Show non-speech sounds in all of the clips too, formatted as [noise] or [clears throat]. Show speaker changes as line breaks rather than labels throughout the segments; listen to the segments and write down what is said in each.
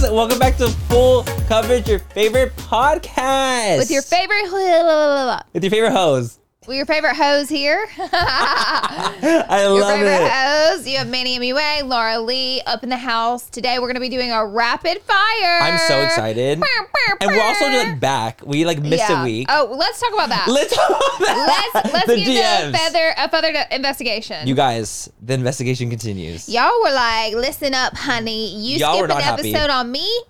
to Full Coverage, your favorite podcast.
with your favorite [laughs] with
With your favorite hose.
your favorite hoes here. [laughs]
I
your
love
favorite
it.
hoes. You have Manny MUA, Laura Lee up in the house. Today we're gonna be doing a rapid fire.
I'm so excited. And we're also like back. We like missed
Yeah.
a week.
Oh, let's talk about that.
Let's [laughs]
let's let's
the
give
DMs.
the feather a feather to investigation.
You guys, the investigation continues.
Y'all were like, listen up, honey. You
Y'all were
skip an
not happy.
episode on me.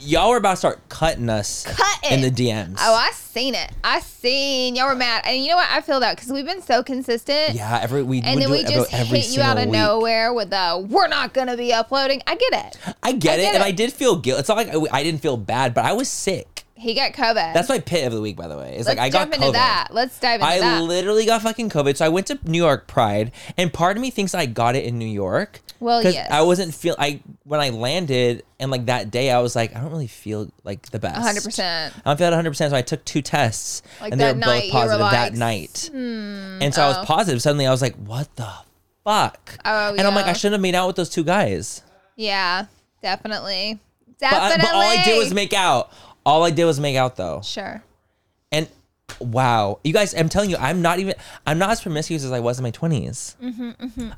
Y'all are about to start cutting us
Cut
in
it.
the DMs.
Oh, I seen it. I seen y'all were mad, and you know what? I feel that because we've been so consistent.
yeah, every we
And
we
then
do
we
it
just
about every
hit you out of
single week.
nowhere with the "we're not gonna be uploading." I get it.
I get it,
get
and
it.
I did feel guilt. It's not like I, I didn't feel bad, but I was sick.
He got COVID.
That's my pit of the week, by the way. It's like
Let's
I got
jump into
COVID.
that. Let's dive into
I
that.
literally got fucking COVID. So I went to New York Pride, and part of me thinks I got it in New York.
Well,
'cause
yes.
I wasn't feel I when I landed and like that day I was like I don't really feel like the best.
100%.
I don't feel 100. percent So I took two tests,
Like
and they
that
were
night,
both
you were
positive that
like, "Hmm,
night. and so I was positive. Suddenly I was like, what the fuck?
Oh,
and I'm like,
yeah.
I shouldn't have made out with those two guys.
yeah, definitely.
But,
Definitely.
but all I did was make out. All I did was make out though.
sure.
And wow, you guys, I'm telling you, I'm not even, I'm not as promiscuous as I was in my 20s.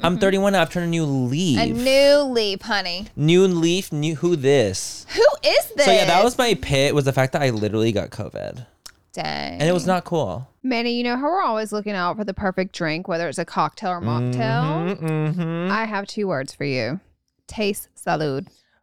I'm 31 now. I've turned a new leaf.
Mm-hmm, A new leap, honey.
new leaf, new who this.
Who is this?
So yeah, that was my pit was the fact that I literally got COVID,
dang.
and
Mm.
it was not cool.
Manny, you know how we're always looking out for the perfect drink, whether it's a cocktail or mocktail.
Mm-hmm.
I have two words for you: taste salud.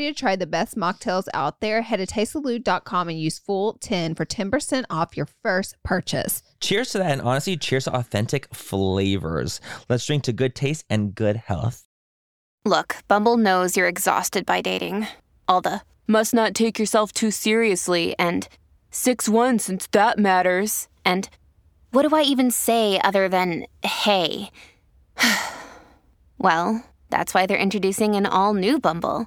to try the best mocktails out there, head to tastesalute.com and use full 10 for 10% off your first purchase.
Cheers to that, and honestly, cheers to authentic flavors. Let's drink to good taste and good health.
Look, Bumble knows you're exhausted by dating. All the must not take yourself too seriously and 6 1 since that matters. And what do I even say other than hey? [sighs] well, that's why they're introducing an all new Bumble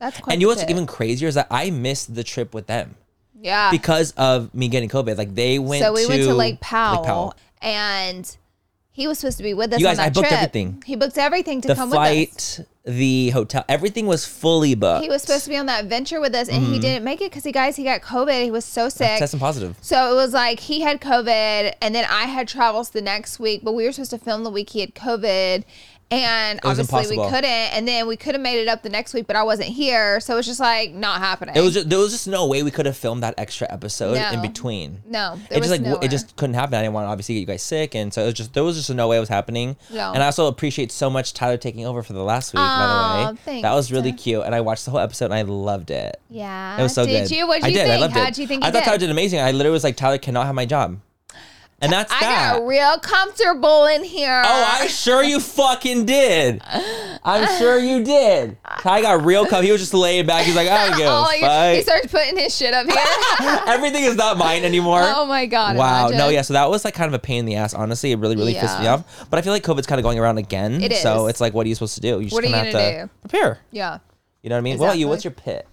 That's quite
and you know what's
the tip.
even crazier is that I missed the trip with them
Yeah.
because of me getting COVID. Like they went.
Ah. so we
to,
went to Lake Powell, and he was supposed to be with us
You
on
guys,
that
I booked
trip.
everything.
He booked everything to
The
come with us.
flight, the hotel, everything was fully booked.
He was supposed to be on that adventure with us, and he
Mm-hmm.
didn't make it because he guys he got COVID. He was so sick.
testing positive.
So it was like he had COVID, and then I had travels the next week, but we were supposed to film the week he had COVID. And
was
obviously we
impossible.
couldn't, and then we could have made it up the next week, but I wasn't here, so it's just like not happening.
It was just, there was just no way we could have filmed that extra episode in
No.
between.
no,
it
there
just
was
like w-
nowhere.
it just couldn't happen. I didn't want to obviously get you guys sick, and so it was just there was just no way it was happening.
No.
And I also appreciate so much Tyler taking over for the last week. by
Aw,
the way,
thanks,
that was really
Tyler.
cute, and I watched the whole episode and I loved it.
yeah.
It was so
did
good.
you? What
I
did you
did.
think?
I loved
How'd
it.
you think?
I
he
thought
did?
Tyler did amazing. I literally was like, Tyler cannot have my job. And that's
I
that.
got real comfortable in here.
Oh, I'm sure you fucking did. I'm sure you did. Ty got real comfy. He was just laying back. He's like, I don't give
[laughs] Oh,
a
he- he,
fuck.
starts putting his shit up here. [laughs]
Everything is not mine anymore.
oh my god!
Wow. No,
imagine.
yeah. So that was like kind of a pain in the ass, honestly. It really, really pissed me
Yeah.
off. But I feel like COVID's kind of going around again.
It
So
is.
it's like, what are you supposed to do? You just
What are
kind of
you
have to
gonna do?
prepare.
Yeah.
You know what I mean? Well, you,
Exactly.
what's your pit?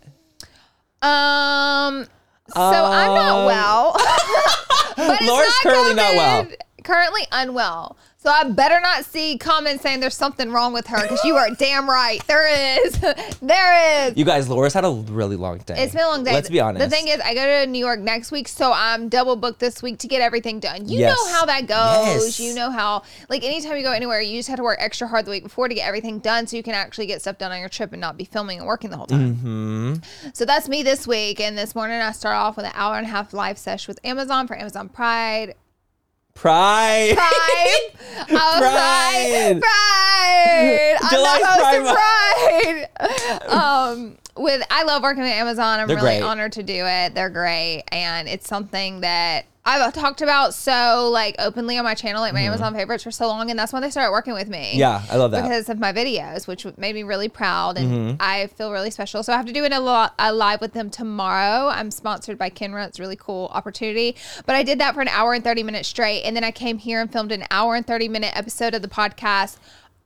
Um. So I'm not
Um,
well. [laughs] but it's
Laura's
not
currently not well.
COVID. Currently unwell. So I better not see comments saying there's something wrong with her because you are damn right. There is. [laughs] there is.
You guys, Laura's had a really long day.
It's been a long day.
Let's be honest.
The thing is, I go to New York next week, so I'm double booked this week to get everything done. You
Yes.
know how that goes.
Yes.
You know how, like, anytime you go anywhere, you just have to work extra hard the week before to get everything done so you can actually get stuff done on your trip and not be filming and working the whole time.
Mm-hmm.
So that's me this week. And this morning, I start off with an hour and a half live sesh with Amazon for Amazon Pride.
Pride.
Pride. Oh,
Pride.
Pride. Pride. I'm
July's
the
Pride
host of
[laughs]
Pride. Um, with I love working at Amazon. I'm
They're
really
great.
honored to do it. They're great, and it's something that I've talked about so like openly on my channel, like my Amazon favorites for so long, and that's when they started working with me.
[laughs] Mm-hmm. Yeah, I love that.
Because of my videos, which made me really proud, and
Mm-hmm.
I feel really special. So I have to do it a, lot, a live with them tomorrow. I'm sponsored by Kenra. It's a really cool opportunity. But I did that for an hour and 30 minutes straight, and then I came here and filmed an hour and 30 minute episode of the podcast.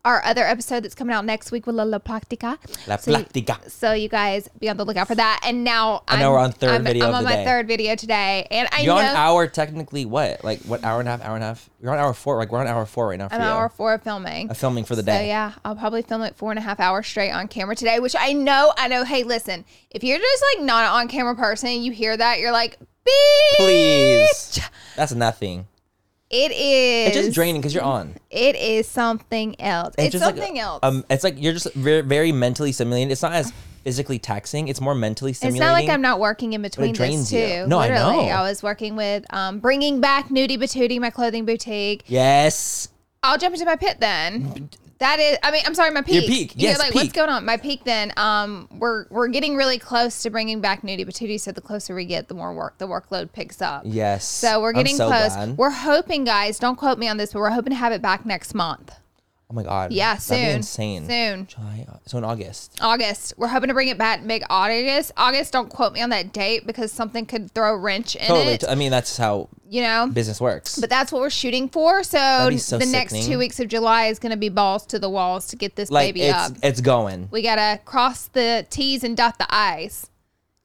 Our other episode that's coming out next week with La La Practica.
La
So you-
Plática.
So you guys be on the lookout for that. And now
I know we're on third
I'm,
video
I'm
of
on
the
my
day.
third video today, and I
You're
know
on hour technically what? Like what hour and a half, hour and a half? You're on hour four. Like we're on hour four right now for
an
you.
hour four of filming.
Of filming for the
So
day.
yeah, I'll probably film it four and a half hours straight on camera today, which I know, I know. Hey, listen, if you're just like not an on camera person, you hear that, you're like, bitch.
Please. That's nothing.
It is.
It's just draining because you're on.
It is something else. It's,
just
something
like,
else.
Um, it's like you're just very, very mentally stimulated. It's not as physically taxing. It's more mentally
it's
stimulating.
not like I'm not working in between those
drains
two.
you. No, I
Literally,
know.
I was working with um, bringing back Nudie Batootie, my clothing boutique.
Yes.
I'll jump into my pit then. That is, I mean, I'm sorry, my peak.
peak,
You're
yes,
like, what's
peak.
going on? My peak. Then, um, we're we're getting really close to bringing back Nudie Patootie. So the closer we get, the more work the workload picks up.
Yes.
So we're
I'm
getting
so
close.
glad.
We're hoping, guys. Don't quote me on this, but we're hoping to have it back next month.
Oh my god.
Yeah, soon.
That'd be insane.
Soon.
July, so in August.
August. We're hoping to bring it back mid August. August. Don't quote me on that date because something could throw a wrench in
Totally.
it.
I mean, that's how
You know.
business works.
But that's what we're shooting for. So,
be so
the next
sickening.
two weeks of July is going to be balls to the walls to get this
like
baby
it's
up.
it's going.
We gotta cross the T's and dot the I's.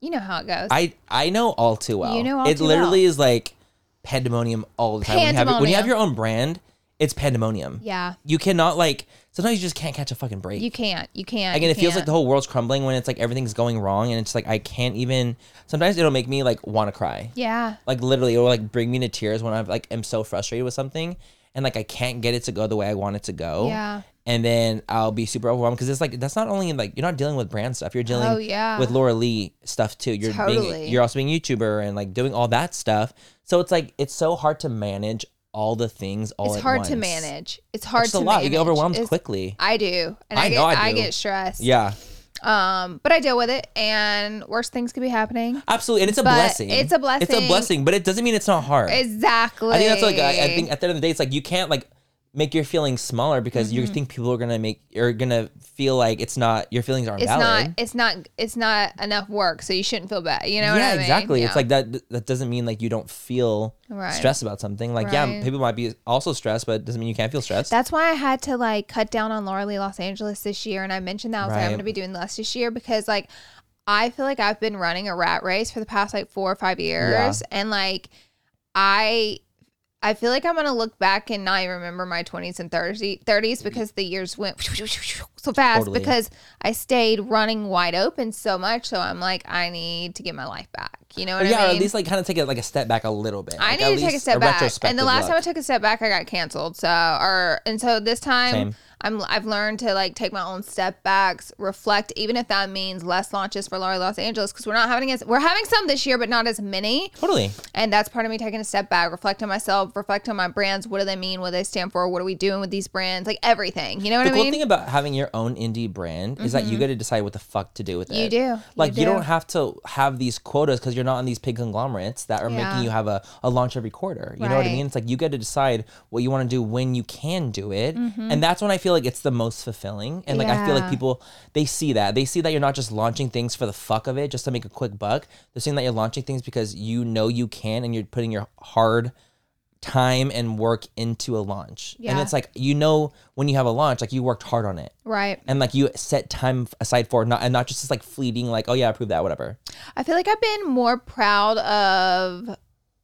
You know how it goes.
I I know all too well.
You know all
it
too
literally is like pandemonium all the time. When you, have, when you have your own brand, it's pandemonium.
yeah,
You cannot like sometimes you just can't catch a fucking break.
you can't. You can't.
Again,
you
it feels like
can't.
the whole world's crumbling when it's like everything's going wrong and it's like I can't even sometimes it'll make me like want to cry.
Yeah,
Like literally it'll like bring me to tears when I'm like am so frustrated with something and like I can't get it to go the way I want it to go.
Yeah.
And then I'll be super overwhelmed because it's like that's not only like you're not dealing with brand stuff, you're dealing
Oh, yeah.
with Laura Lee stuff too. You're
Totally.
being you're also being a YouTuber and like doing all that stuff. So it's like it's so hard to manage all the things all
it's
at
hard to
once.
manage. It's hard
It's a
to
lot.
Manage.
You get overwhelmed
It's-
quickly.
I do, and I,
I
get
know I
I
do.
get stressed.
Yeah.
Um, but I deal with it, and worse things could be happening.
Absolutely, and it's a
But
blessing.
it's a
It's a
blessing.
blessing, but it doesn't mean it's not hard.
Exactly.
I think that's like I, I think at the end of the day, it's like you can't like make your feelings smaller because you
Mm-hmm.
think people are gonna make are gonna feel like it's not your feelings aren't
it's
valid.
not. It's not. It's not enough work, so you shouldn't feel bad. You know what I
yeah,
mean?
exactly.
Yeah.
It's like that. That doesn't mean like you don't feel
Right.
stressed about something. Like yeah,
Right.
people might be also stressed, but it doesn't mean you can't feel stressed.
That's why I had to like cut down on Laura Lee Los Angeles this year. And I mentioned that I was like, I'm
Right.
going to be doing less this year because like I feel like I've been running a rat race for the past like four or five years. And like I. I feel like I'm gonna look back and not even remember my 20s and 30, 30s because the years went [laughs] so fast
Totally.
because I stayed running wide open so much. So I'm like, I need to get my life back. You know what
Or
I
yeah,
mean?
or at least like kind of take it like a step back a little bit.
I
Like, at
need to take a
least
step back. And the
retrospective
last time I
look.
took a step back, I got canceled. So, or and so this time,
Same.
I'm I've learned to like take my own step backs, reflect, even if that means less launches for Laurie Los Angeles because we're not having as we're having some this year, but not as many.
totally.
And that's part of me taking a step back, reflect on myself, reflect on my brands. What do they mean? What do they stand for? What are we doing with these brands? Like everything. You know what
The
I
cool
mean? Mm-hmm.
thing about having your own indie brand is that you get to decide what the fuck to do with it.
you do.
Like you,
do.
don't have to have these quotas because you're not on these big conglomerates that are
Yeah.
making you have a, a launch every quarter. You know what I
Right.
mean? It's like you get to decide what you want to do when you can do it. And that's when I feel like it's the most fulfilling. And like I feel like
Mm-hmm. Yeah.
people they see that. They see that you're not just launching things for the fuck of it just to make a quick buck. They're seeing that you're launching things because you know you can and you're putting your hard time and work into a launch. And
Yeah.
it's like you know when you have a launch, like you worked hard on it
Right.
and like you set time f- aside for it, not and not just this like fleeting like oh yeah I approve that whatever.
I feel like I've been more proud of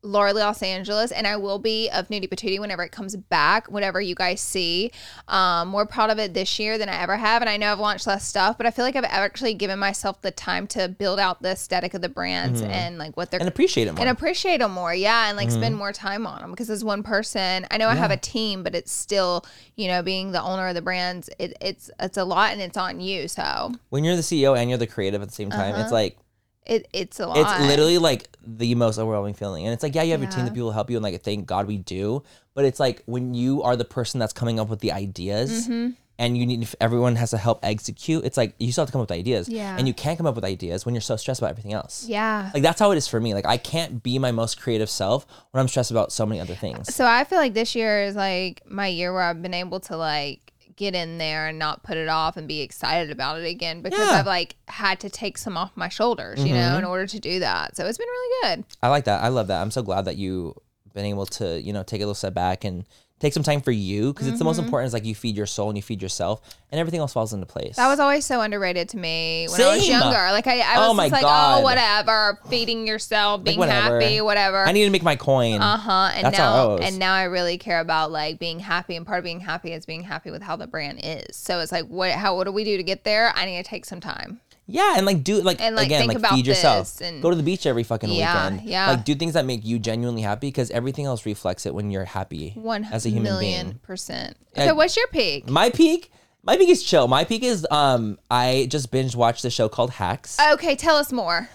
Laura Lee Los Angeles, and I will be of Nudie Patootie whenever it comes back, whatever you guys see. Um, more proud of it this year than I ever have. And I know I've launched less stuff, but I feel like I've actually given myself the time to build out the aesthetic of the brands and like what they're
Mm-hmm. and appreciate it more. Mm-hmm.
and appreciate them more yeah and like spend more time on them because as one person i know i have a team but it's still you know being the owner of the brands it, it's it's a lot and it's on you so
when you're the CEO and you're the creative at the same time,
Uh-huh.
it's like
it, it's a lot
it's literally like the most overwhelming feeling. And it's like yeah, you have your team
Yeah.
that people help you, and like thank God we do. But it's like when you are the person that's coming up with the ideas.
Mm-hmm.
And you need if everyone has to help execute. It's like you still have to come up with ideas,
Yeah.
and you can't come up with ideas when you're so stressed about everything else.
yeah
Like that's how it is for me. Like I can't be my most creative self when I'm stressed about so many other things.
so i feel like this year is like my year where i've been able to like get in there and not put it off and be excited about it again because
Yeah. Mm-hmm.
i've like had to take some off my shoulders you know in order to do that so it's been really good
I like that. I love that. I'm so glad that you been able to, you know, take a little step back and take some time for you because it's the
Mm-hmm.
most important is like you feed your soul and you feed yourself and everything else falls into place.
That was always so underrated to me when I was
Same.
younger. Like I, I was
Oh my
just like,
God.
oh whatever, feeding yourself, being
whatever.
happy, whatever.
I need to make my coin.
uh huh. And
That's how I
now,
was.
and now I really care about like being happy. And part of being happy is being happy with how the brand is. So it's like, what? How? What do we do to get there? I need to take some time.
Yeah, and like do like,
And, like,
again
think
like
about
feed yourself.
this and-
Go to the beach every fucking
Yeah,
weekend.
yeah.
Like do things that make you genuinely happy because everything else reflects it when you're happy
One
as a human
million
being.
percent.
Yeah.
So what's your peak?
My peak, my peak is chill. My peak is um I just binge watched the show called Hacks.
Okay, tell us more.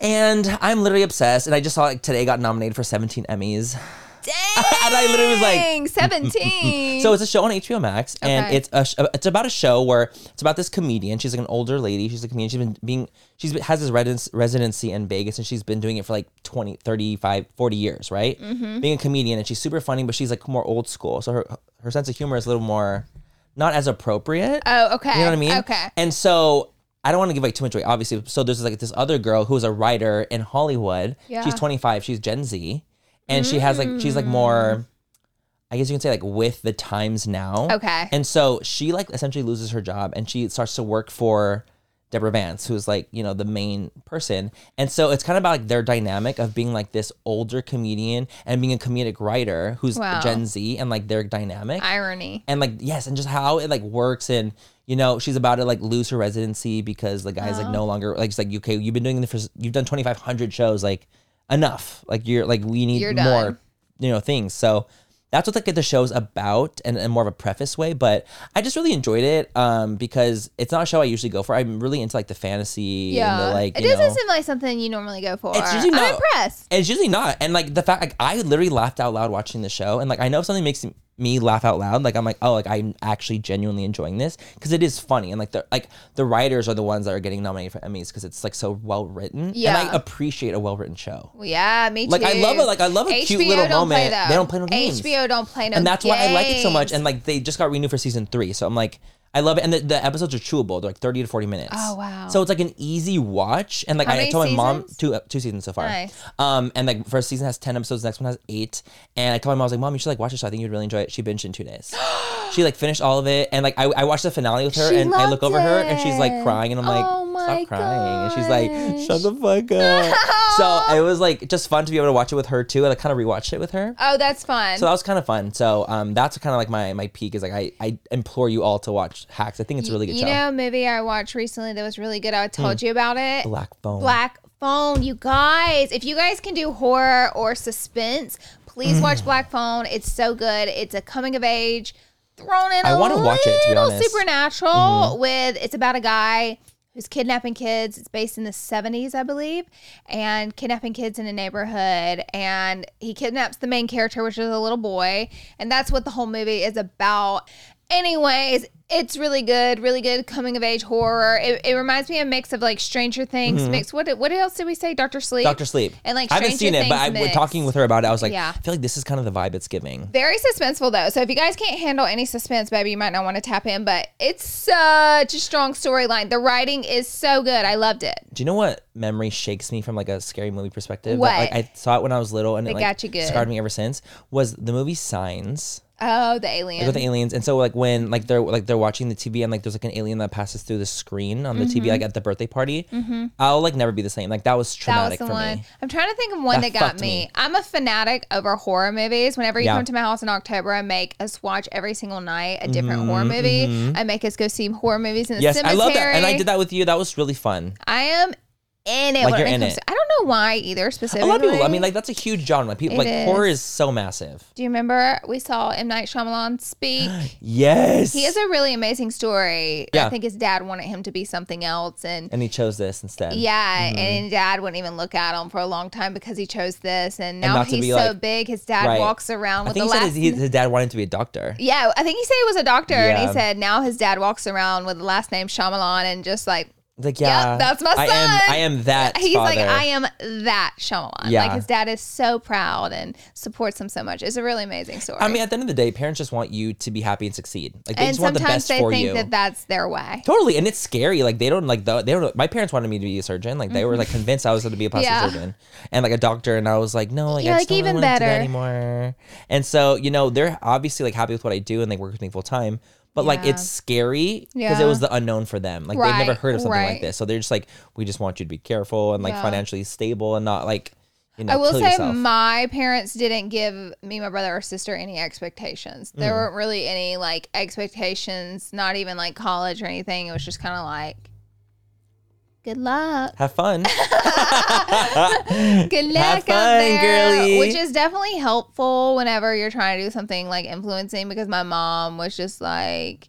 and I'm literally obsessed. And I just saw like today got nominated for 17 Emmys. [laughs]
Dang,
And I literally was like, [laughs]
seventeen.
So it's a show on HBO Max, and
Okay.
it's a sh- it's about a show where it's about this comedian. She's like an older lady. She's a comedian. She's been being she's been, has this residenc- residency in Vegas, and she's been doing it for like 20, 35, 40 years, right? Being a comedian, and she's super funny, but she's like more old school. So her her sense of humor is a little more not as appropriate.
oh, okay.
You know what I mean?
Okay.
And so I don't want to give like too much away, obviously. So there's like this other girl who's a writer in Hollywood.
Yeah.
She's 25. She's Gen Z, and she has like she's like more. I guess you can say like with the times now.
Hmm. Okay.
And so she like essentially loses her job and she starts to work for Deborah Vance, who's like, you know, the main person. And so it's kind of about like their dynamic of being like this older comedian and being a comedic writer who's
Wow.
Gen Z and like their dynamic
Irony.
and like yes and just how it like works and you know she's about to like lose her residency because the guy's like
Oh.
no longer like she's like okay you've been doing this for you've done 2500 shows like enough like you're like we need
You're
more
done.
you know things so that's what like the show's about and, and more of a preface way but i just really enjoyed it um because it's not a show i usually go for i'm really into like the fantasy and the like
it
you
doesn't
know
seem like something you normally go for.
It's usually
I'm
not-
impressed.
and it's usually not. And like the fact, like I literally laughed out loud watching the show, and like I know if something makes me laugh out loud, like I'm like, oh, like I'm actually genuinely enjoying this because it is funny, and like the like the writers are the ones that are getting nominated for Emmys because it's like so well written. and
Yeah.
I appreciate a well written show.
Well, yeah, me too.
Like, I love it. Like, I love a cute little moment.
though.
They don't play no games.
HBO don't play no.
and that's why I like it so much.
games.
And like they just got renewed for season three, so I'm like, I love it. And the, the episodes are chewable; they're like 30 to 40 minutes.
Oh, wow.
So it's like an easy watch. And like
How
I
many
told my mom
seasons?
two uh, two seasons so far.
Nice.
Um, and like first season has 10 episodes, next one has eight. And I told my mom, I was like, Mom, you should like watch this. Show. I think you'd really enjoy it. She binged in two
[gasps]
days. she like finished all of it, and like I, I watched the finale with her,
She
and I look
loved
over her, and she's like
it.
crying, and I'm like,
Oh my
Stop crying, and she's like, Shut the fuck
[laughs]
up. so it was like just fun to be able to watch it with her too. and I like, kind of rewatched it with her.
oh, that's fun.
So that was kind of fun. So um, that's kind of like my my peak is like I, I implore you all to watch Hacks. I think it's a really good
you
show. Hmm.
know, a movie I watched recently that was really good. I told you about it.
Black Phone.
Black Phone. You guys, if you guys can do horror or suspense, please
Mm.
watch Black Phone. It's so good. It's a coming of age thrown in.
I
a
wanna watch it, to be
little
honest.
Supernatural with it's about a guy who's kidnapping kids. It's based in the seventies, I believe, and kidnapping kids in a neighborhood. And he kidnaps the main character, which is a little boy, and that's what the whole movie is about. Anyways, it's really good, really good coming of age horror. It, it reminds me a mix of like Stranger Things, mixed. What what else did we say? Doctor Sleep.
Doctor Sleep.
And, like,
I haven't
Stranger
seen it, but
Things
I was
mixed.
talking with her about it. I was like,
Yeah.
I feel like this is kind of the vibe it's giving.
Very suspenseful though. So if you guys can't handle any suspense, baby, you might not want to tap in. But it's such a strong storyline. The writing is so good. I loved it.
Do you know what memory shakes me from like a scary movie perspective?
What?
Like, I saw it when I was little, and it
They
like,
got you good.
scarred me ever since. Was the movie Signs?
Oh, the alien.
Like with the aliens, and so like when like they're like they're watching the TV and like there's like an alien that passes through the screen on the TV
Mm-hmm.
like at the birthday party, I'll like never be the same. Like that was
that
traumatic
was the
for
one.
me.
I'm trying to think of one
That
that, got
fucked
me.
me.
I'm a fanatic over horror movies. Whenever you
Yeah.
come to my house in October, I make us watch every single night a different horror movie. I make us go see horror movies in the
Mm-hmm, Yes,
cemetery.
I love that, and I did that with you. That was really fun.
I am in it.
Like,
when
you're
it
in
comes
it.
to- I don't know why either
A
specifically.
lot of people. I mean, like that's a huge genre. People
It
like horror
is.
is so massive.
do you remember we saw M Night Shyamalan speak?
Yes,
He has a really amazing story.
Yeah.
I think his dad wanted him to be something else, and
and he chose this instead.
yeah,
Mm-hmm.
and dad wouldn't even look at him for a long time because he chose this, and now
not to
he's
be
so
like-
big. His dad
Right.
walks around
I
with
think
the
he said his,
last.
his dad wanted to be a doctor.
yeah, I think he said he was a doctor, and
Yeah.
he said now his dad walks around with the last name Shyamalan, and just like
Like, yeah,
that's my
I
son.
Am, I am that.
he's like,
father.
I am that Shyamalan.
Yeah.
Like his dad is so proud and supports him so much. It's a really amazing story.
I mean, at the end of the day, parents just want you to be happy and succeed. Like, they
and
just want the
sometimes
best
they
for
think
you.
that that's their way.
Totally, and it's scary. Like they don't like the, they don't. My parents wanted me to be a surgeon. Like they were like convinced I was going to be a plastic
Mm-hmm. Yeah.
surgeon and like a doctor, and I was like, no, like,
You're
I
like,
just don't
even
want to do that
better.
anymore. And so you know they're obviously like happy with what I do, and they work with me full time. But like
Yeah.
it's scary because
Yeah.
it was the unknown for them. Like they've never
Right,
heard of something like
right.
this, so they're just like, we just want you to be careful and like
Yeah.
financially stable and not like you know
I will
kill
say
yourself.
my parents didn't give me, my brother or sister, any expectations.
Mm.
There weren't really any like expectations, not even like college or anything. It was just kind of like,
[laughs]
good luck.
Have
[laughs]
fun.
Good luck out
fun,
there,
girly.
which is definitely helpful whenever you're trying to do something like influencing. Because my mom was just like,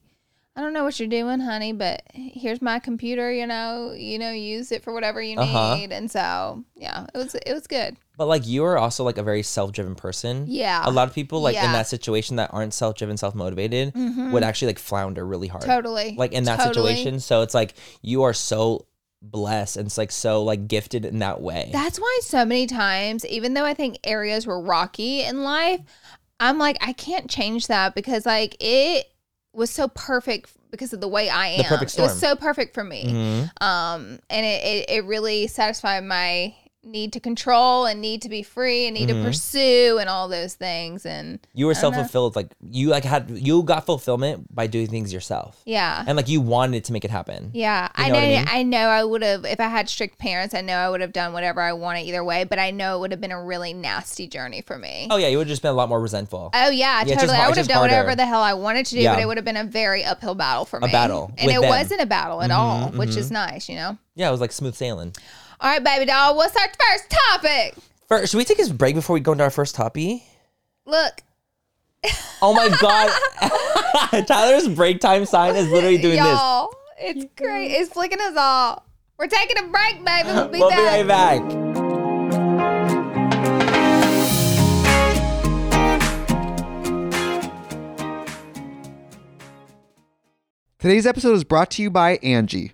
"I don't know what you're doing, honey, but here's my computer. You know, you know, use it for whatever you
Uh-huh.
need." And so, yeah, it was it was good.
But like you are also like a very self-driven person.
Yeah.
A lot of people like in
Yeah.
that situation that aren't self-driven, self-motivated would actually like flounder really hard.
Mm-hmm. Totally,
Like in that
Mm. Totally.
situation. So it's like you are so blessed and it's like so like gifted in that way.
That's why so many times, even though I think areas were rocky in life, I'm like, I can't change that because like it was so perfect because of the way I am.
The perfect
It was so
storm.
perfect for me.
Mhm.
Um, and it, it, it really satisfied my need to control and need to be free and need
Mhm.
to pursue and all those things. And uh,
You were
I don't know.
self-fulfilled. Like you like had you got fulfillment by doing things yourself.
yeah.
And like you wanted to make it happen.
Yeah,
You
I
know
know.
what I
I,
mean?
know. I would have, if I had strict parents, I know I would have done whatever I wanted either way. But I know it would have been a really nasty journey for me.
Oh yeah, you would have just been a lot more resentful.
Oh yeah,
it's just
totally.
har-
I
it's
would have
just
done
harder.
whatever the hell I wanted to do,
Yeah.
but it would have been a very uphill battle for me.
battle
and
with
it
them.
wasn't a battle at all,
Mhm,
which is nice, you know.
yeah, it was like smooth sailing.
All right, baby doll, what's our first topic?
First, should we take a break before we go into our first topic?
Look,
Oh my
[laughs]
god. [laughs] Tyler's break time sign is literally doing this.
y'all, it's great. It's flicking us all. We're taking a break, baby. We'll be
we'll
back.
be right back.
Today's episode is brought to you by Angie.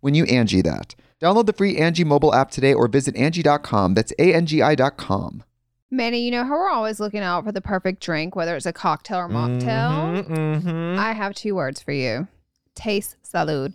when you Angie that. Download the free Angie mobile app today or visit Angie.com. That's A-N-G-I dot com.
Manny, you know how we're always looking out for the perfect drink, whether it's a cocktail or mocktail?
Mhm, mhm.
I have two words for you. Taste salud.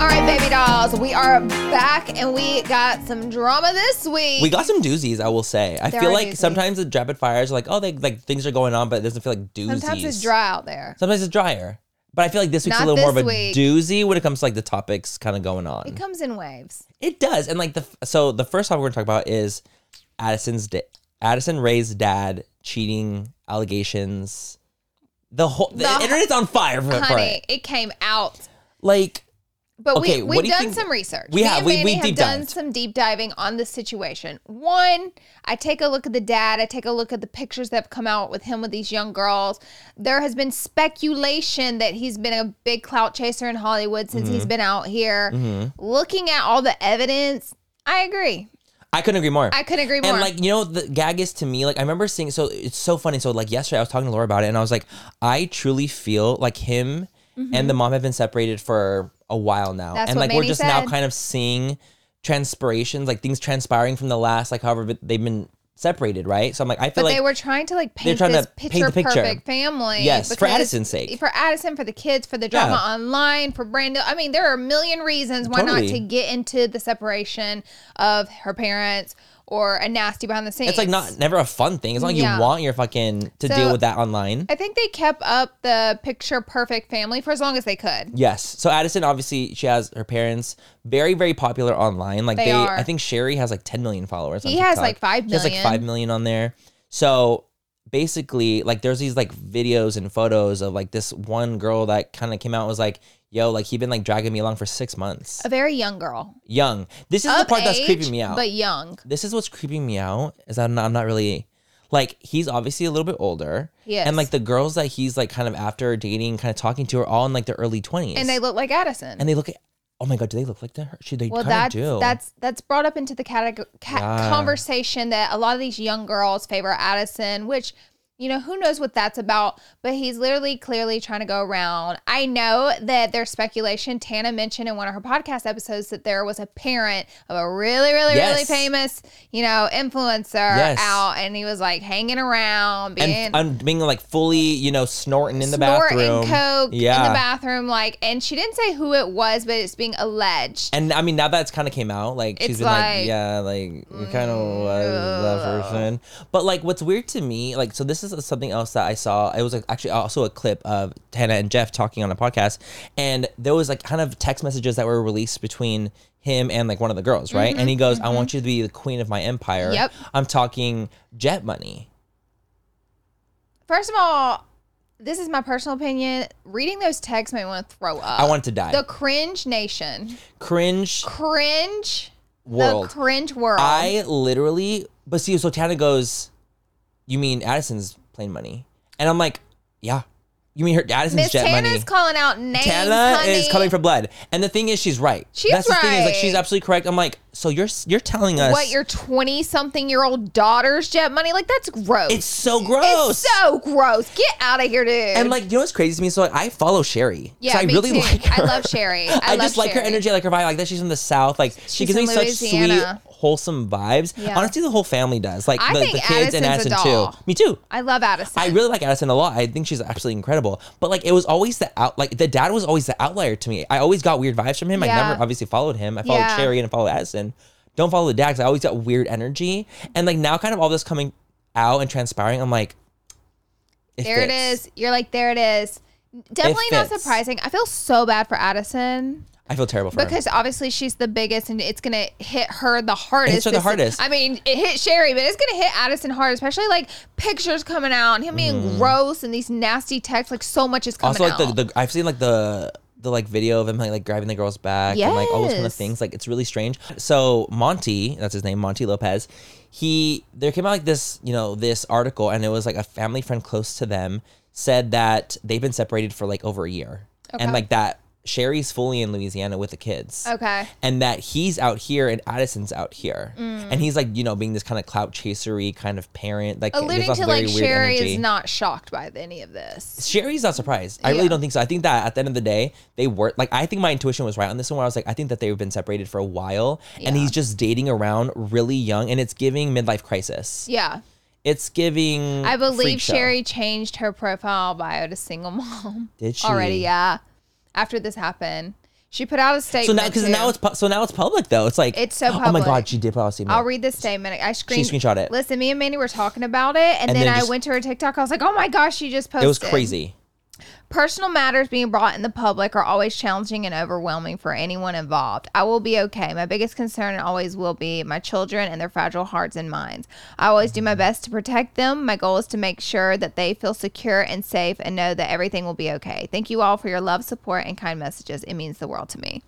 All right, baby dolls, we are back and we got some drama this week.
We got some doozies, I will say. I
There
feel
are
like
doozies.
sometimes the rapid fires are like, oh, they like things are going on, but it doesn't feel like doozies.
Sometimes it's dry out there.
Sometimes it's drier. But I feel like this week's a
Not
little more of
this
a
week.
doozy when it comes to like the topics kind of going on.
It comes in waves.
It does, and like the f- so the first topic we're gonna talk about is Addison's da- Addison Ray's dad cheating allegations. The whole the,
The-
internet's on fire for, for
Honey,
it.
it came out.
Like
But
Okay,
we,
what
we've
do you
done
think-
some research.
We have.
and
We-
Manny
we
have
deep
done
dived.
some deep diving on this situation. One, I take a look at the dad. I take a look at the pictures that have come out with him with these young girls. There has been speculation that he's been a big clout chaser in Hollywood since
Mm-hmm.
he's been out here. Looking at all the evidence, I agree.
I couldn't agree more.
I couldn't agree more.
And like you know, the gag is to me like I remember seeing. So it's so funny. So like yesterday, I was talking to Laura about it, and I was like, I truly feel like him and the mom have been separated for a while now,
Mm-hmm. That's
and
what
like we're
Manny
just now
said.
kind of seeing transpirations, like things transpiring from the last, like however bit- they've been separated, right? So I'm like, I feel
but
like
they were trying to like paint
trying
this
to paint
picture,
the picture.
perfect family.
Yes, for
because-
Addison's sake.
For Addison, for the kids, for the drama online, for Brando. I mean, there are a million reasons why
Totally.
not to get into the separation of her parents or a nasty behind the scenes.
it's like not never a fun thing. It's not like
Yeah.
you want your fucking to
So-
deal with that online.
I think they kept up the picture perfect family for as long as they could.
Yes. So Addison, obviously, she has her parents very, very popular online. Like they,
They are.
I think Sherry has like 10 million followers. on
He has,
TikTok.
like, five
She has like
million.
five million on there. So basically, like there's these like videos and photos of like this one girl that kind of came out and was like, "Yo, like he been like dragging me along for six months,
A very young girl.
young." This is the
Of
part that's
age,
creeping me out.
But young.
this is what's creeping me out is that I'm not, I'm not really like he's obviously a little bit older.
He is.
And like the girls that he's like kind of after dating, kind of talking to are all in like their early twenties
And they look like Addison.
and they look at oh my god do they look like that should they
well,
kind of
that's
do
that's that's brought up into the categ- ca-
Yeah.
conversation that a lot of these young girls favor Addison, which you know who knows what that's about. But he's literally clearly trying to go around. I know that there's speculation. Tana mentioned in one of her podcast episodes that there was a parent of a really, really, really
Yes.
famous, you know, influencer
Yes.
out, and he was like hanging around, being
and i'm being like fully you know snorting in the
snorting
bathroom
coke
yeah
in the bathroom, like. And she didn't say who it was, but it's being alleged.
and i mean now that's kind of came out like she's
It's
been like,
like- mm.
yeah like you kind of was that person but like what's weird to me like so this is something else that i saw it was like, actually also a clip of tana and jeff talking on a podcast and there was like kind of text messages that were released between him and like one of the girls right and he goes i want you to be the queen of my empire
Mm-hmm, Yep.
i'm talking jet money
First of all, this is my personal opinion. Reading those texts made me want to throw up.
i wanted to die
the cringe nation,
cringe
cringe
world.
the cringe world.
I literally, but see, so Tana goes, "You mean Addison's plain money?" And I'm like, "Yeah." You mean her dad is in
Miss
jet
Tana
money?
is calling out names.
Tana
honey.
is coming for blood, and the thing is, she's right.
She's
That's the thing is, like,
right.
she's absolutely correct. I'm like, so you're you're telling us
what your 20 something year old daughter's jet money? Like, that's gross.
It's so gross.
It's so gross. Get out of here, dude.
and like, you know what's crazy to me? So like, I follow Sherry.
yeah,
so I
me
really
too.
like her. [laughs]
I love Sherry. I,
I,
love
just like her
Sherry.
energy. I like her vibe. I like that she's from the South. Like she
She's
gives me
from
such sweet,
Louisiana.
wholesome vibes.
Yeah.
Honestly, the whole family does. Like
I
the,
think
the kids and Addison
Addison's a doll.
too. Me too.
I love Addison.
I really like Addison a lot. I think she's absolutely incredible. But like, it was always the out. Like the dad was always the outlier to me. I always got weird vibes from him.
Yeah.
I never obviously followed him. I followed
Yeah.
Sherry and I followed Addison. Don't follow the dad 'cause I always got weird energy. And like now, kind of all this coming out and transpiring, I'm like,
there it
fits.
is. You're like, there it is. Definitely not
fits.
surprising. I feel so bad for Addison
I feel terrible for her.
because obviously she's the biggest and it's going to hit her the hardest.
her the
This-
hardest.
I mean, it hit Sherry, but it's going to hit Addison hard, especially like pictures coming out and him being gross and these nasty texts. Like, so much is coming
Mm-hmm. also like
out.
the, the I've seen like the the like video of him like, like grabbing the girl's back and like all those kind of
Yes.
things. Like it's really strange. So Monty, that's his name, Monty Lopez. He there came out like this, you know, this article, and it was like a family friend close to them said that they've been separated for like over a year, and like that Sherry's fully in Louisiana with the kids
Okay.
and that he's out here and Addison's out here,
Mm.
and he's like you know being this kind of clout chasery kind of parent, like there's
alluding
a
to
very
like
weird
Sherry
energy.
is not shocked by any of this.
Sherry's not surprised. I
Yeah.
really don't think so. I think that at the end of the day, they were like, I think my intuition was right on this one where I was like, I think that they've been separated for a while and he's just dating around really young and it's giving midlife crisis.
Yeah.
It's giving.
I believe
freak show.
Sherry changed her profile bio to single mom [laughs]
Did she?
already. Yeah. After this happened, she put out a
So
statement.
now, because
too.
now it's pu- so now it's public though. It's like
It's so
Oh my
public.
god, she did put out a statement.
I'll read this statement. I screen,
screenshot it.
Listen, me and Mandy were talking about it,
And
and, then,
then
I
just-
went to her TikTok. I was like, "Oh my gosh, she just posted."
it was crazy.
Personal matters being brought in the public are always challenging and overwhelming for anyone involved. I will be okay. My biggest concern and always will be my children and their fragile hearts and minds. I always do my
Mm-hmm.
best to protect them. My goal is to make sure that they feel secure and safe and know that everything will be okay. Thank you all for your love, support, and kind messages. It means the world to me.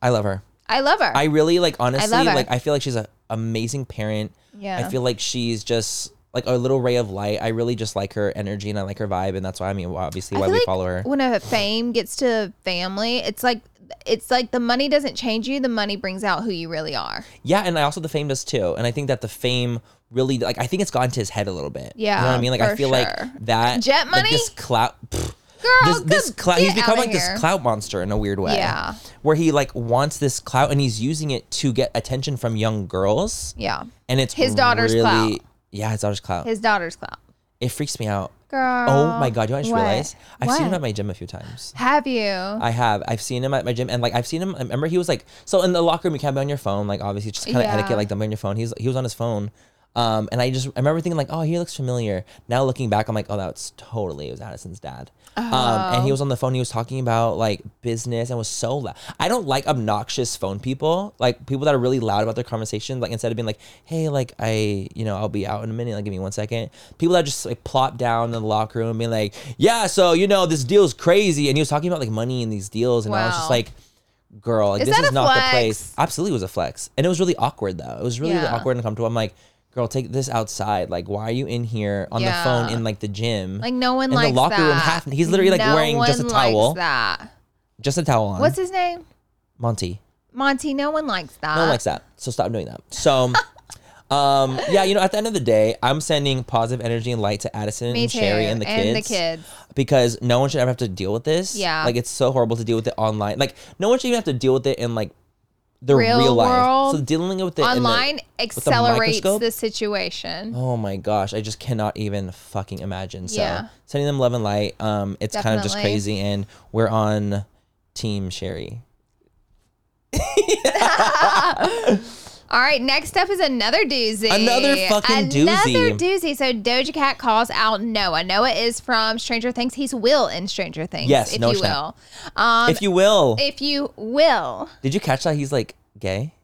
I love her.
I love her.
I really like honestly
love her.
like I feel like she's an amazing parent.
Yeah.
I feel like she's just like a little ray of light. I really just like her energy and I like her vibe and that's why I mean obviously
I
why
feel
we
like
follow her.
When a fame gets to family, it's like it's like the money doesn't change you. The money brings out who you really are.
Yeah, and I also the fame does too. And I think that the fame really like I think it's gotten to his head a little bit. you know what
Yeah,
I mean? Like
for
I feel
sure.
like that
Jet
like,
money?
this clout. pfft.
Girl,
this, this
come
clout. He's
get
become
outta
like
here.
this clout monster in a weird way.
Yeah.
where he like wants this clout and he's using it to get attention from young girls.
Yeah,
and it's
His daughter's
really,
clout.
Yeah, his daughter's clout.
his daughter's clout.
it freaks me out.
Girl.
Oh my god! You know what I just
What?
realized? I've seen him
What?
at my gym a few times.
Have you?
I have. I've seen him at my gym, and like I've seen him. I remember he was like, so in the locker room, you can't be on your phone. Like obviously, just kind of
Yeah.
etiquette, like don't be on your phone. He's he was on his phone, um, and I just I remember thinking like, oh, he looks familiar. Now looking back, I'm like, oh, that's totally it was Addison's dad. Um,
Oh.
and he was on the phone. He was talking about like business and was so loud. I don't like obnoxious phone people, like people that are really loud about their conversations. Like instead of being like, hey, like I, you know, I'll be out in a minute. Like give me one second. People that just like plop down in the locker room and be like, yeah, so you know this deal's crazy. And he was talking about like money and these deals, and I was
Wow.
just like girl, like,
Is
this
that
is
a
not
flex?
the place. Absolutely was a flex. And it was really awkward though. It was really, really
Yeah.
awkward and uncomfortable. I'm like, girl, take this outside. Like, why are you in here on
Yeah.
the phone in like the gym?
like no one
in
likes
the locker
that.
room half he's literally like
No
wearing just a
one likes
towel.
That.
Just a towel on.
What's his name?
Monty.
Monty. No one likes that.
No one likes that. So stop doing that. So um [laughs] yeah, you know, at the end of the day, I'm sending positive energy and light to Addison
Me
and
too.
Sherry and the
And
kids.
the kids.
because no one should ever have to deal with this.
Yeah.
Like it's so horrible to deal with it online. Like no one should even have to deal with it in like the
Real
real,
world,
life. So dealing with it in the-
Online accelerates
microscope?
the situation.
Oh my gosh, I just cannot even fucking imagine. So
Yeah.
sending them love and light. Um, it's kind of just
Definitely.
crazy, and we're on Team Sherry.
All right, next up is another doozy.
Another fucking
Another
doozy.
doozy. So Doja Cat calls out Noah. Noah is from Stranger Things. He's Will in Stranger Things.
Yes,
if
Noah
you
Schnapp.
will. Um,
if you will,
if you will.
did you catch that he's like gay?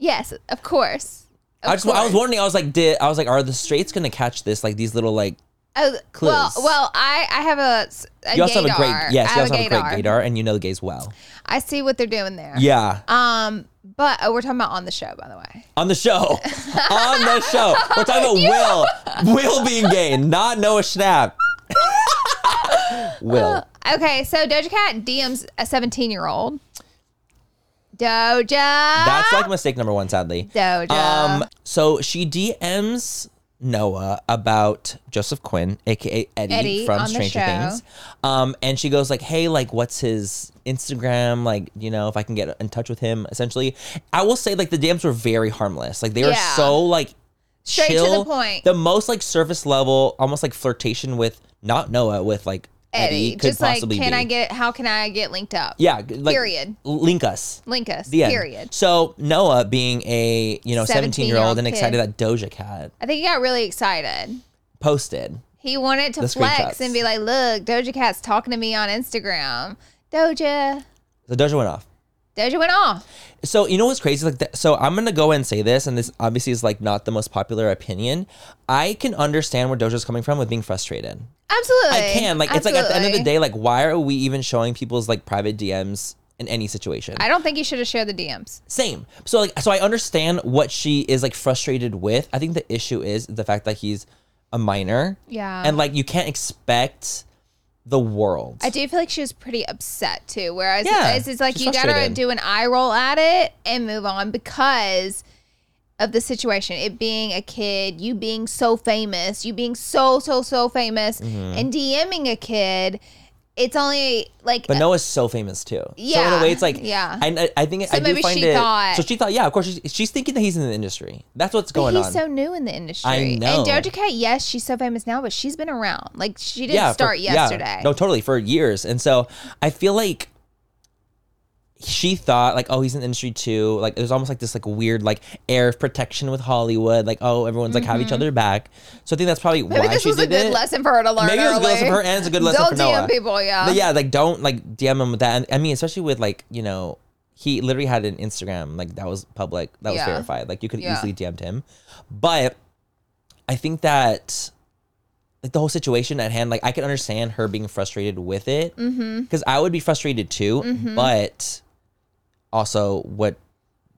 Yes, of course. Of
I just I was
course.
wondering. I was like, did I was like, are the straights gonna catch this? Like these little like.
Oh,
clues.
Well, well, I I have a, s- a
You also have a great
gaydar.
yes.
I
You also have a
gaydar.
great gaydar, and you know the gays well.
I see what they're doing there.
Yeah,
Um, but oh, we're talking about on the show, by the way.
on the show,
[laughs]
on the show. We're talking about Will, Will being gay, not Noah Schnapp. [laughs] Will.
Okay, so Doja Cat DMs a 17 year old. Doja. That's
That's like mistake number one, sadly.
Doja.
Um, so she DMs Noah about Joseph Quinn, aka Eddie,
Eddie
from
on the
Stranger
show.
Things. Um, and she goes like, "Hey, like, what's his Instagram? Like, you know, if I can get in touch with him." Essentially, I will say like the DMs were very harmless. Like they were
Yeah.
so like
Straight to the
chill.
point.
The most like surface level, almost like flirtation with not Noah with like Eddie,
Eddie.
could
Just like,
possibly
can
be.
I get, how can I get linked up?
yeah, g- like,
Period.
Link us.
Link us.
The end.
Period.
So Noah, being a you know seventeen year old
17-year-old
and
kid.
excited that Doja Cat
I think he got really excited.
posted,
He wanted to
The
flex
screenshots.
and be like, look, Doja Cat's talking to me on Instagram. Doja.
so Doja went off.
Doja went off.
So you know what's crazy? Like, that, so I'm gonna go and say this, and this obviously is like not the most popular opinion. I can understand where Doja's coming from with being frustrated.
Absolutely.
I can like it's like at the end of the
Absolutely.
day, like why are we even showing people's like private DMs in any situation?
I don't think he should have shared the DMs.
Same. So like so I understand what she is like frustrated with. I think the issue is the fact that he's a minor.
Yeah.
And like you can't expect the world.
I do feel like she was pretty upset too. Whereas
Yeah,
it's, it's like
she's
you gotta
frustrated.
do an eye roll at it and move on because of the situation. It being a kid, you being so famous, you being so so so famous,
Mm-hmm.
and DMing a kid. It's only like uh,
but Noah's so famous too. So in
Yeah.
a way, it's like
Yeah.
I, I think I do
maybe
find
she
it.
thought-
so she thought, yeah, of course, she's, she's thinking that he's in the industry. That's what's
but
going
he's
on.
so new in the industry.
I know.
And Doja Cat, yes, she's so famous now, but she's been around. Like she didn't
yeah, for-
start
yeah.
yesterday.
no, totally for years. And so I feel like she thought like, oh, he's in the industry too. Like it was almost like this like weird like air of protection with Hollywood. Like oh, everyone's like have each other back. So I think that's probably
[laughs] Mm-hmm. Maybe
why
this
she
was a
did
good
it.
lesson for her to learn.
Maybe it was a good
early.
lesson for her and it's a good lesson
Don't
for Noah.
DM people, yeah.
But yeah, like don't like DM him with that. And, I mean, especially with like you know, he literally had an Instagram like that was public, that was
Yeah.
verified. Like you could
Yeah.
easily DM'd him, but I think that like the whole situation at hand, like I can understand her being frustrated with it because
Mm-hmm.
I would be frustrated too. But also, what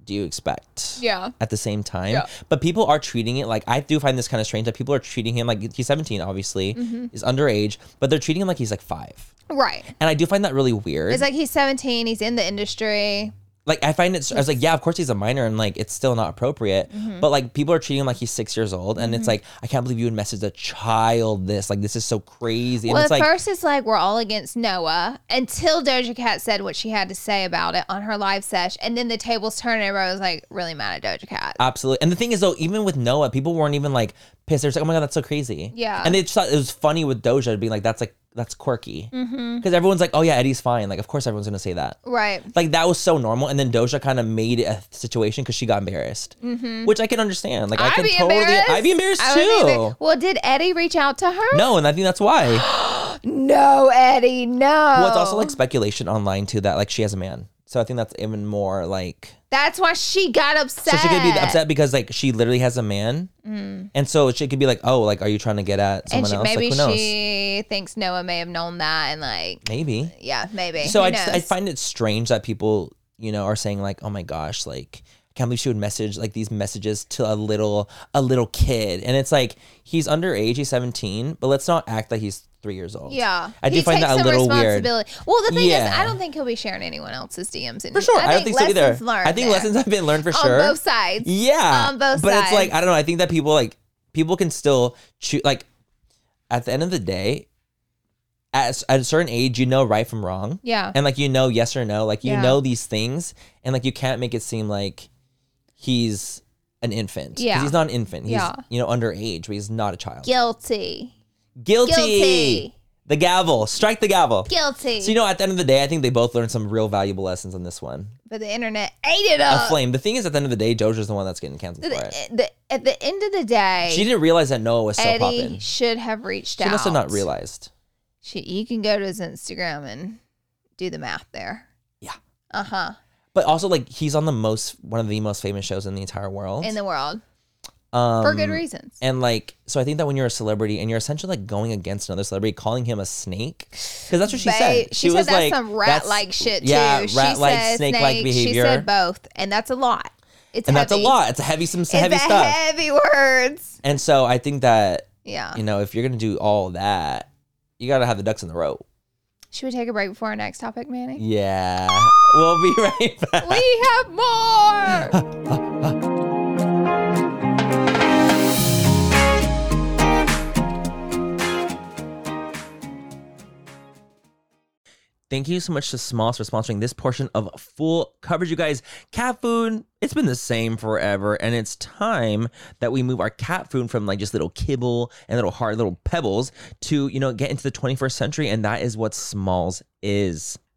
do you expect?
Yeah.
at the same time.
Yeah.
But people are treating it like I do find this kind of strange that people are treating him like he's 17, obviously,
Mm-hmm.
he's underage, but they're treating him like he's like five.
Right.
And I do find that really weird.
It's like he's 17, he's in the industry.
like I find it. I was like, yeah, of course he's a minor, and like it's still not appropriate.
Mm-hmm.
But like people are treating him like he's six years old, and it's like I can't believe you would message a child this. Like this is so crazy.
Well,
and
at
it's like
first, it's like we're all against Noah until Doja Cat said what she had to say about it on her live sesh. And then the tables turned and everyone was like really mad at Doja Cat.
Absolutely. And the thing is, though, even with Noah, people weren't even like pissed. They're just like, oh my God, that's so crazy.
Yeah.
And they just thought it was funny with Doja being like, that's like, that's quirky. Because
Mm-hmm.
everyone's like, oh yeah, Eddie's fine. Like, of course everyone's going to say that.
right.
Like, that was so normal. And then Doja kind of made it a situation because she got embarrassed,
Mm-hmm.
which I can understand. Like, I can totally, I'd be embarrassed
I would
too.
be embar- Well, did Eddie reach out to her?
no, and I think that's why.
No, Eddie, no.
Well, it's also
Oh.
like speculation online too that like she has a man. So I think that's even more like
that's why she got upset.
So she could be upset because like she literally has a man, and so she could be like, "Oh, like are you trying to get at
Mm. And
someone
she,
else?
maybe
like, who knows?
she thinks Noah may have known that and like,
Maybe."
yeah, maybe.
So
Who
I just, I
knows?
find it strange that people you know are saying like, "Oh my gosh, like." I Can't believe she would message like these messages to a little a little kid, and it's like he's underage, he's seventeen, but let's not act like he's three years old.
Yeah,
I do
He
find
takes
that a
some
little weird.
responsibility. Well, the thing is,
Yeah.
I don't think he'll be sharing anyone else's DMs. In
For sure, I, don't think so either.
lessons learned
I think
there.
lessons have been learned for sure.
on both sides.
Yeah.
On both
but it's like,
sides.
I don't know. I think that people like people can still choose like at the end of the day, at, at a certain age, you know right from wrong.
Yeah.
And like you know yes or no. Like you
Yeah.
know these things. And like you can't make it seem like he's an infant. 'Cause
Yeah.
He's not an infant. He's
Yeah.
you know, underage, but he's not a child.
Guilty,
Guilty.
Guilty.
The gavel. Strike the gavel.
guilty.
So you know, at the end of the day, I think they both learned some real valuable lessons on this one.
but the internet ate it
a
up.
flame. The thing is, at the end of the day, Doja's the one that's getting canceled
The-
for it.
the- at the end of the day,
She didn't realize that Noah was so
Eddie
popping. She
should have reached out.
must have not realized.
She, you can go to his Instagram and do the math there.
Yeah.
Uh huh.
But also, like, he's on the most one of the most famous shows in the entire world.
In the world
um,
for good reasons.
And like, so I think that when you're a celebrity and you're essentially like going against another celebrity, calling him a snake, because that's what she
Babe,
said.
She, said
was
that's
like,
some rat like
that's-
shit too.
Yeah,
she
rat like,
said
snake like behavior,
She said both, and that's a lot. It's
and that's a
heavy.
lot. It's a heavy, some
It's
heavy
a
stuff.
heavy words.
and so I think that
Yeah.
you know if you're gonna do all that, you gotta have the ducks in the row.
Should we take a break before our next topic, Manny?
Yeah. We'll be [laughs] right back.
we have
[laughs]
more.
Thank you so much to Smalls for sponsoring this portion of full coverage, you guys. Cat food, it's been the same forever, and it's time that we move our cat food from like just little kibble and little hard little pebbles to, you know, get into the 21st century, and that is what Smalls is.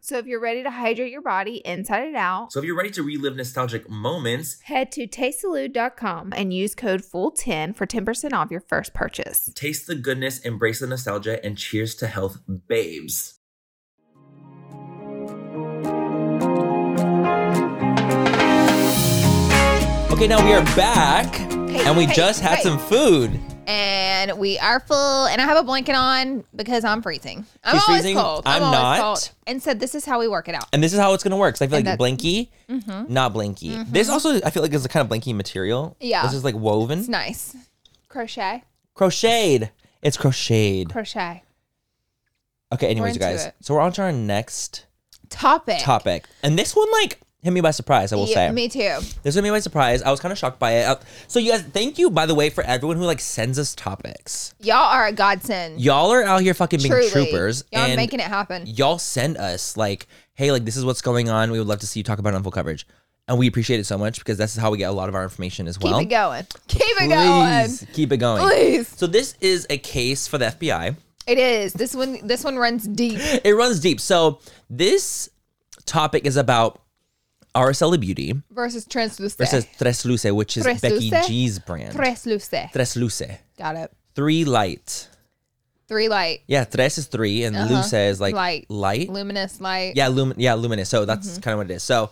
So if you're ready to hydrate your body inside and out,
So if you're ready to relive nostalgic moments,
head to tastesalud.com and use code FULL10 for 10% off your first purchase.
taste the goodness, embrace the nostalgia, and cheers to health, babes. Okay, now we are back, and we
hey,
just had
hey.
some food.
And we are full, and I have a blanket on because I'm freezing. I'm
She's
always
freezing,
cold.
I'm
always
not.
cold. And so this is how we work it out.
And this is how it's gonna work. 'cause I feel
And
like
that- Mm-hmm.
blanky, not blanky. This also, I feel like, is a kind of blanky material.
Yeah.
this is like woven,
It's nice. Crochet,
crocheted. It's crocheted.
crochet.
okay, anyways, you
into
guys.
it.
So we're on to our next
Topic.
topic, and this one like hit me by surprise. I will
Yeah,
say.
Me too.
This is gonna be my surprise. I was kind of shocked by it. Uh, So you guys, thank you by the way for everyone who like sends us topics.
Y'all are a godsend.
Y'all are out here fucking being
Truly.
troopers,
Y'all are
and
making it happen.
y'all send us like, hey, like this is what's going on. We would love to see you talk about it on full coverage, and we appreciate it so much because that's how we get a lot of our information as
Keep
well.
it going. Keep it going.
Please keep it going.
um, Please.
So this is a case for the FBI.
It is. This one this one
[laughs]
runs deep.
It runs deep. So this topic is about RSL Beauty
Versus transluce.
versus Tres Luce, which is
Tres
Becky
Luce?
G's brand.
Transluce.
Tres Luce.
Got it.
three light.
Three light.
Yeah, tres is three, and
Uh-huh.
luce is like
Light. Mm-hmm.
light.
Luminous light.
yeah, lum- yeah, luminous. So that's kind of what it is. So,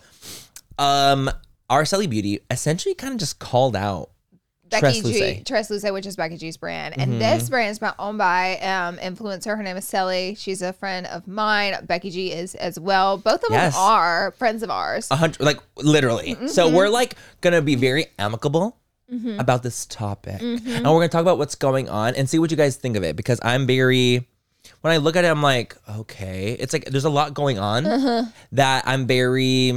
um, Araceli Beauty essentially kind of just called out.
Becky G.
Transluce.
Transluce, which is Becky G's brand.
Mm-hmm.
And this brand is about- owned by um influencer. Her name is Sally. She's a friend of mine. Becky G is as well. Both of
Yes. Uh,
them are friends of ours.
A hundred, like literally.
Mm-hmm.
So we're like gonna be very amicable about this topic,
Mm-hmm.
and we're gonna talk about what's going on and see what you guys think of it because I'm very. When I look at it, I'm like,
Uh-huh.
okay, it's like there's a lot going on that I'm very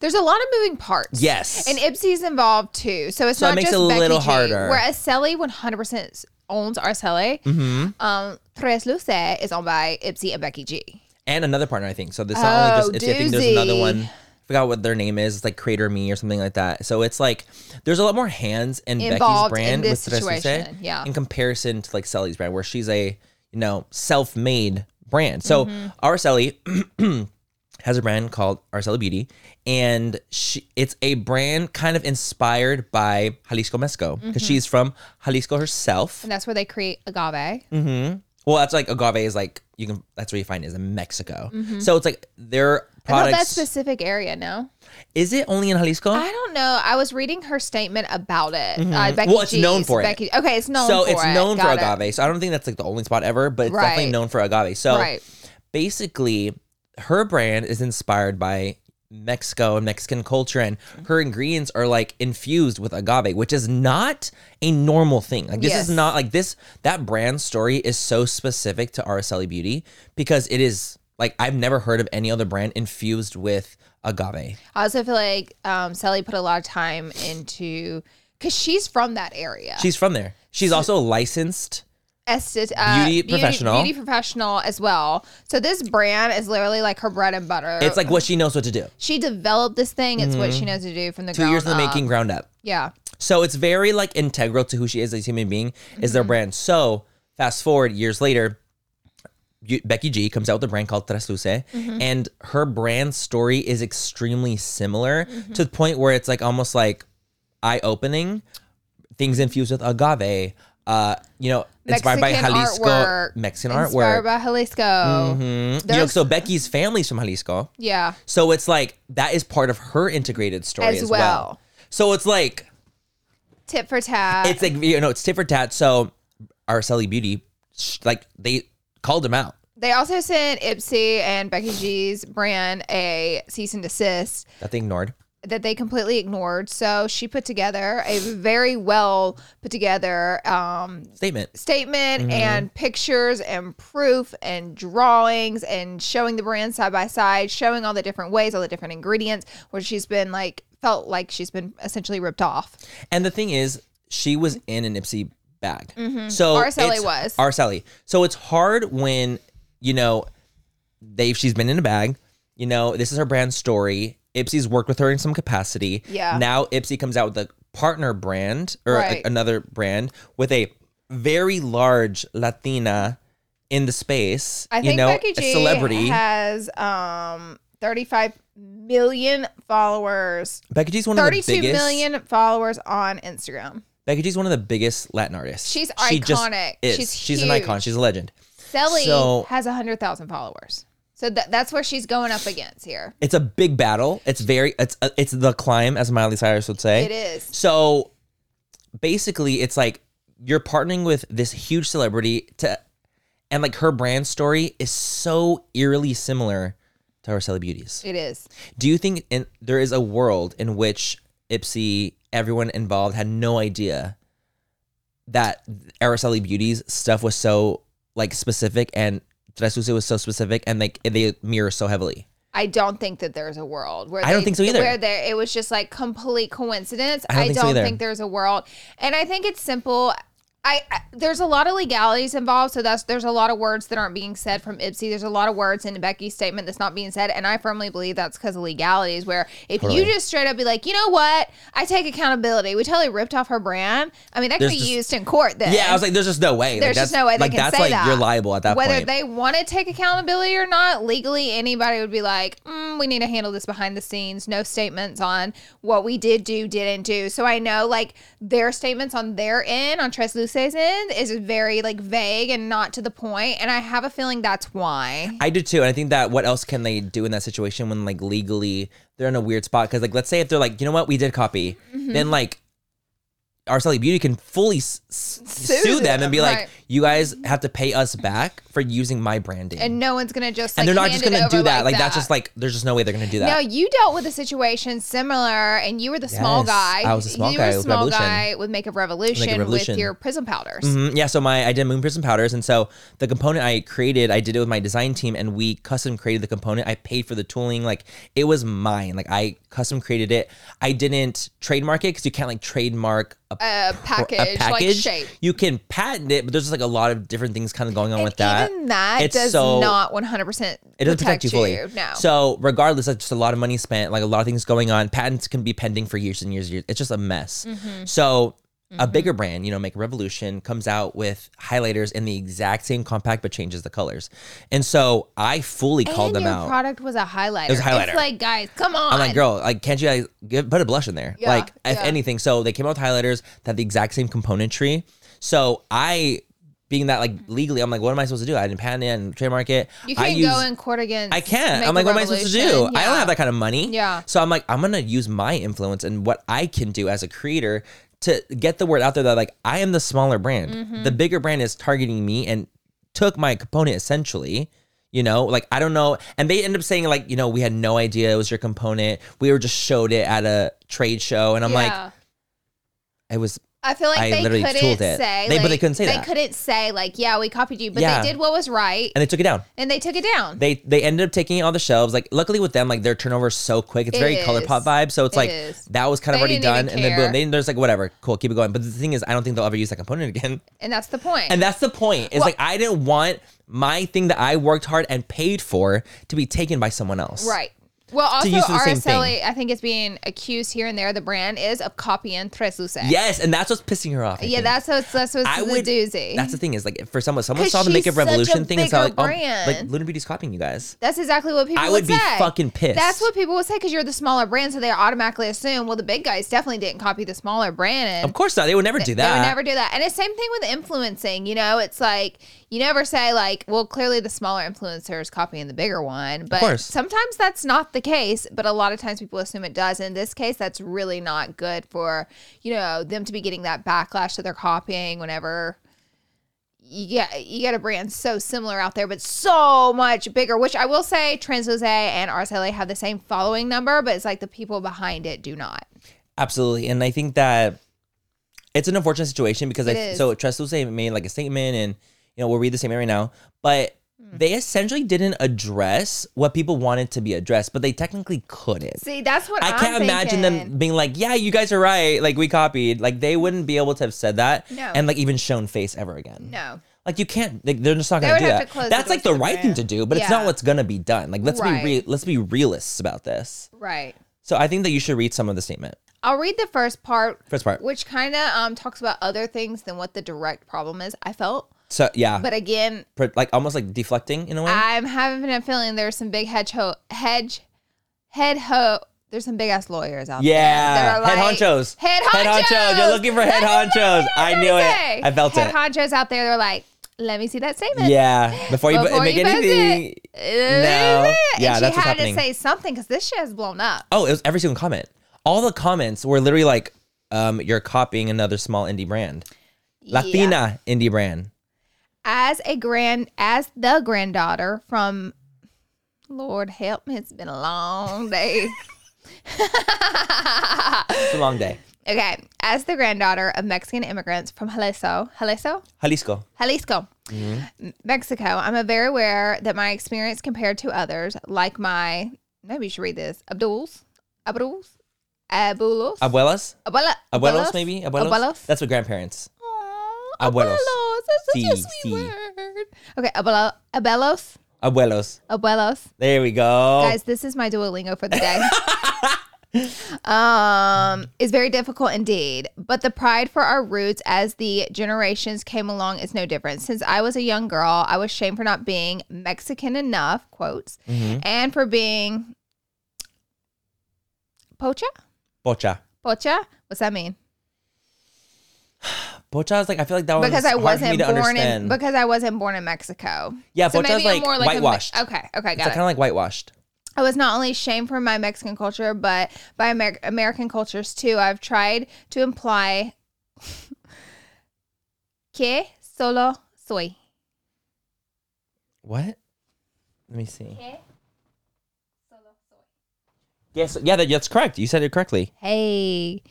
There's a lot of moving parts.
Yes.
And Ipsy's involved too. So it's
So it
not
makes
just
it a
Becky
little
G,
harder.
Where Arceli 100% owns Arceli.
Mm-hmm.
Um, Tres Luce is owned by Ipsy and Becky G.
and another partner, I think. So this not only
Oh,
just it's, I think there's another
doozy.
one. I forgot what their name is. It's like Creator Me or something like that. So it's like there's a lot more hands in Becky's
Involved in
brand
this
with Tres
situation, yeah.
in comparison to like Sally's brand, where she's a you know self-made brand. So
Mm-hmm.
our Sally [clears throat] has a brand called Arcella Beauty, and she it's a brand kind of inspired by Jalisco Mesco
Mm-hmm.
because she's from Jalisco herself.
And that's where they create agave.
Mm-hmm. Well, that's like agave is like you can. That's where you find it is in Mexico. So it's like their
Mm-hmm. I thought that
products.
specific area, no?
is it only in Jalisco?
I don't know. I was reading her statement about it. Uh,
Mhm.
Becky
Well, it's
G's,
known for it.
Becky, Okay, it's known
so
for
it's
it.
known for
Got it.
agave. So I don't think that's like the only spot ever, but it's definitely
Right.
known for agave. So
Right.
basically, her brand is inspired by Mexico and Mexican culture, and
Mm-hmm.
her ingredients are like infused with agave, which is not a normal thing. Like this
Yes.
is not like this. That brand story is so specific to Araceli E Beauty because it is like I've never heard of any other brand infused with agave.
I also feel like um, Sally put a lot of time into, because she's from that area.
She's from there. She's also licensed.
estet- uh,
Beauty professional.
beauty professional as well. So this brand is literally like her bread and butter.
It's like what she knows what to do.
she developed this thing. It's what she knows to do from the
Two
ground
years in the
up.
making, ground up.
Yeah,
So it's very like integral to who she is as a human being is
Mm-hmm.
their brand. So fast forward years later, you, Becky G comes out with a brand called Tres Luce,
Mm-hmm.
and her brand story is extremely similar
Mm-hmm.
to the point where it's like almost like eye opening, things infused with agave, uh, you know, inspired
Mexican
by Jalisco,
artwork.
Mexican artwork.
inspired by Jalisco.
Mhm. You know,
There's-
so Becky's family's from Jalisco.
Yeah,
So it's like that is part of her integrated story
As
as, well.
well.
So it's like
tit for tat.
it's like you know it's tit for tat. So Araceli E Beauty, sh- like they called him out.
they also sent Ipsy and Becky G's brand a cease and desist
That they ignored.
that they completely ignored. So she put together a very well put together um,
Statement. Mm-hmm.
statement and pictures and proof and drawings and showing the brand side by side, showing all the different ways, all the different ingredients, where she's been like felt like she's been essentially ripped off.
And the thing is, she was in an Ipsy bag.
Mm-hmm.
So
Araceli
it's-
was.
Araceli. So it's hard when you know they she's been in a bag. You know this is her brand story. Ipsy's worked with her in some capacity.
Yeah.
Now Ipsy comes out with a partner brand or a-
Right.
another brand with a very large Latina in the space.
I think
you know,
Becky
a
G
celebrity.
has um 35 million followers.
Becky G's one of the biggest.
thirty-two million followers on Instagram.
Becky G's one of the biggest Latin artists.
She's
She just
iconic.
is.
She's
she's an icon.
huge.
She's a legend.
Selly
So-
has 100,000 followers. So that that's where she's going up against here.
It's a big battle. It's very it's uh, it's the climb as Miley Cyrus would say.
It is.
So basically it's like you're partnering with this huge celebrity to and like her brand story is so eerily similar to Arcella Beauty's.
It is.
Do you think in, there is a world in which Ipsy everyone involved had no idea that Araceli Beauty's stuff was so like specific and Tres Luce was so specific and like they mirror so heavily?
I don't think that there's a world where
I don't
they-
think so either.
Where there, it was just like complete coincidence.
I don't
I
think so
don't
either.
think there's a world, and I think it's simple. I, I there's a lot of legalities involved, so that's there's a lot of words that aren't being said from Ipsy. There's a lot of words in Becky's statement that's not being said, and I firmly believe that's because of legalities. Where if you just straight up be like, you know what, I take accountability. We totally ripped off her brand. I mean, that could
There's
be
just-
used in court. Then
Yeah, I was like, there's just no way.
there's
like,
just no way they
like,
can
that's
say
like
that.
you're liable at that
Whether
point.
they want to take accountability or not, legally anybody would be like, mm, "We need to handle this behind the scenes. No statements on what we did do, didn't do." So I know like their statements on their end, on Tres Luce's end, is very like vague and not to the point. And I have a feeling that's why.
I do too, and I think that what else can they do in that situation when like
Mm-hmm.
legally they're in a weird spot? Because like, let's say if they're like, you know what, we did copy, then like Arcelli Beauty can fully s- s- sue, them and be like,
right.
you guys have to pay us back for using my branding.
and no one's gonna just like,
And they're not
hand
just
it
gonna do
over
that.
Like,
Like, that's just like there's just no way they're gonna do that.
No, you dealt with a situation similar, and you were the small
Yes,
guy.
I was a small
you
guy
were a
with
small
Revolution.
guy with Makeup Revolution,
Revolution.
with your prism powders.
Mhm. Yeah, so my I did moon prism powders, and so the component I created, I did it with my design team, and we custom created the component. I paid for the tooling, like it was mine. Like I custom created it. I didn't trademark it because you can't like trademark a,
A
pro-
package, like, shape.
You can patent it, but there's just like a lot of different things kind of going on
And
with that.
even that
It's
does
so-
not 100 percent
It doesn't protect, you fully.
No.
So regardless, that's just a lot of money spent, like a lot of things going on. Patents can be pending for years and years and years. It's just a mess.
Mm-hmm.
So a bigger brand, you know, Make a Revolution comes out with highlighters in the exact same compact but changes the colors. And so I fully called
and
them
your
out.
product was a highlighter.
was a highlighter.
It's like, guys, come on.
I'm like, girl, like, can't you guys give, put a blush in there?
Yeah,
like, if
yeah.
anything. So they came out with highlighters that had the exact same componentry. So I, being that like legally, I'm like, what am I supposed to do? I didn't patent it and trademark it.
You
I
can't
use-
go in court against.
I can't.
Make
I'm like,
a
what am I supposed to do?
Revolution.
I don't
Yeah.
have that kind of money.
Yeah.
So I'm like, I'm gonna use my influence and what I can do as a creator to get the word out there that like I am the smaller brand.
Mm-hmm.
The bigger brand is targeting me and took my component essentially. You know, like I don't know, and they end up saying like, you know, we had no idea it was your component. We were just showed it at a trade show, and I'm
Yeah.
like, it was
I feel like
I
they
literally
couldn't
tooled it.
say.
They- but
like,
they couldn't say
They
that.
couldn't say like, yeah, we copied you, but
Yeah.
they did what was right,
and they took it down.
and they took it down.
They they ended up taking it on the shelves. Like luckily with them, like their turnover is so quick. It's
It
very
is.
color pop vibe. So it's
It
like
is.
that was kind of
They
already
didn't
done,
even
and then boom,
care.
they, there's like whatever, cool, keep it going. But the thing is, I don't think they'll ever use that component again.
and that's the point.
And that's the point. It's like I didn't want my thing that I worked hard and paid for to be taken by someone else.
Right. Well, also
use for the same
RSLA, E, I think is being accused here and there. The brand is of copying Tres Luces.
Yes, and that's what's pissing her off. I
yeah,
think.
that's what's that's what's
I
the
would.
doozy.
That's the thing is like for someone, someone
'Cause
saw the
she's
Makeup
such a
Revolution thing and saw like,
bigger
oh, like
brand.
Luna Beauty's copying you guys.
That's exactly what people
I
would,
would be
say.
fucking pissed.
That's what people would say because you're the smaller brand, so they automatically assume, well, the big guys definitely didn't copy the smaller brand. And
Of course not. They would never do that.
They would never do that. And it's same thing with influencing. You know, it's like you never say like, well, clearly the smaller influencer is copying the bigger one, but
course.
sometimes that's not the case. But a lot of times people assume it does. In this case, that's really not good for you know them to be getting that backlash that they're copying whenever. Yeah, you got a brand so similar out there, but so much bigger. Which I will say, Trans Jose and RSLA have the same following number, but it's like the people behind it do not.
Absolutely. And I think that it's an unfortunate situation because
It
I
is.
so Tress Luce made like a statement and you know, we'll read the statement right now. But
Hmm.
they essentially didn't address what people wanted to be addressed, but they technically couldn't.
See, that's what
I
I'm
can't imagine them
thinking. Hmm.
being like, "Yeah, you guys are right. Like we copied." Like they wouldn't be able to have said that,
No.
and like even shown face ever again.
No.
Like you can't. Like, they're just not
They
gonna
would
do
have
that.
to close the
That's like the
doors to the
right thing
brand.
to do, but it's not
Yeah.
what's gonna be done. Like let's
Right.
be real. Let's be realists about this.
Right.
So I think that you should read some of the statement.
I'll read the first part,
First part.
which kind of um, talks about other things than what the direct problem is. I felt,
So yeah,
but again,
pro- like almost like deflecting in a way.
I'm having a feeling there's some big hedge ho- hedge head ho. There's some big ass lawyers out
yeah,
there. that are
head
like-
honchos.
Head honchos.
You're looking for head
That's
honchos.
exactly
I
what
knew
was gonna
it.
say.
I felt
head
it.
honchos out there. They're like, let me see that statement.
yeah, before you bu-
Before
make
you buzz
anything.
it.
No. Yeah,
and she
that's what's
had
happening.
to say something because this shit has blown up.
Oh, it was every single comment. All the comments were literally like, um, "You're copying another small indie brand, Latina indie brand."
as a grand as the granddaughter from Lord help me, it's been a
[laughs]
long day.
It's a long day.
okay, as the granddaughter of Mexican immigrants from Jalisco, Jalisco,
Jalisco.
Jalisco,
Mm-hmm.
M- Mexico, I'm a very aware that my experience compared to others, like my maybe you should read this Abdul's, Abdul's, Abuelos,
Abuelas.
Abuela,
Abuelos, maybe. Abuelos.
Abuelos.
That's what grandparents.
Aw,
Abuelos.
That's such a
Sí,
sweet
sí.
word. Okay, abuelo, abuelos,
Abuelos.
abuelos.
There we go.
guys this is my duolingo for the day [laughs] um is very difficult indeed but the pride for our roots as the generations came along is no different since i was a young girl i was shamed for not being mexican enough quotes
Mm-hmm. Mm.
and for being pocha
Pocha.
pocha what's that mean
Pocha is like I feel like that one
because
was
i
Oh, hard for me
wasn't
to
born
understand.
in because i wasn't born in mexico
Yeah, pocha is
I'm
like
a mi-
whitewashed.
okay okay
it's
got
like,
it
kind of like whitewashed.
I was not only shamed for my Mexican culture, but by Amer- American cultures too. I've tried to imply [laughs] Que solo soy.
What? Let me see. Yes, yeah, that, that's correct. You said it correctly.
Hey,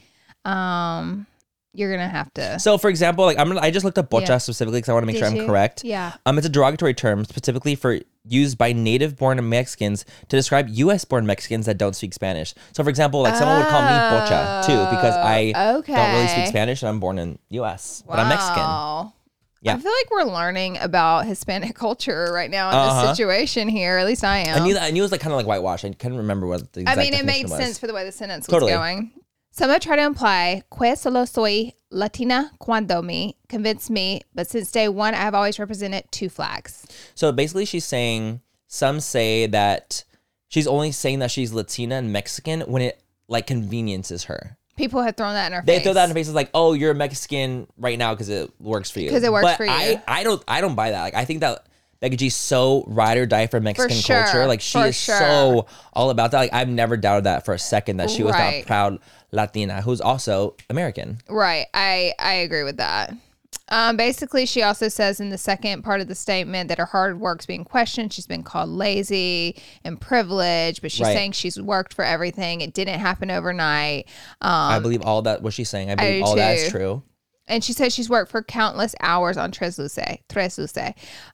um, you're gonna have to.
So, for example, like I'm, gonna, I just looked up bocha
Yeah.
specifically because I want to make sure
Did
I'm
you?
correct.
Yeah.
Um, it's a derogatory term specifically for used by native-born Mexicans to describe U.S.-born Mexicans that don't speak Spanish. So, for example, like someone would call me bocha too because I
Oh,
don't really
okay.
speak Spanish and I'm born in U.S. But I'm Mexican.
Wow.
Yeah.
I feel like we're learning about Hispanic culture right now in
Uh-huh.
this situation here. At least I am.
I knew that. I knew it was like kind of like whitewash. I couldn't remember what the
I
exact
mean, it made
definition was.
sense for the way the sentence
Totally.
was going. So I'm gonna try to imply que solo soy Latina cuando me convinced me, but since day one, I've always represented two flags.
So basically, she's saying some say that she's only saying that she's Latina and Mexican when it like conveniences her.
People have thrown that in our
They
face.
throw that in her faces like, "Oh, you're Mexican right now because it works for you."
'Cause it works
But
for you.
I, I don't, I don't buy that. Like, I think that Becky G's so ride or die for Mexican
sure.
culture. Like, she
For
is
sure.
so all about that. Like, I've never doubted that for a second that she was
Right.
that proud Latina who's also American.
Right. I I agree with that. Um, basically, she also says in the second part of the statement that her hard work's being questioned. She's been called lazy and privileged, but she's
Right.
saying she's worked for everything. It didn't happen overnight.
I
Um,
believe all that what she's saying. I believe
do
all that is
too.
true.
and she says she's worked for countless hours on Tres Luce, Tres Luce,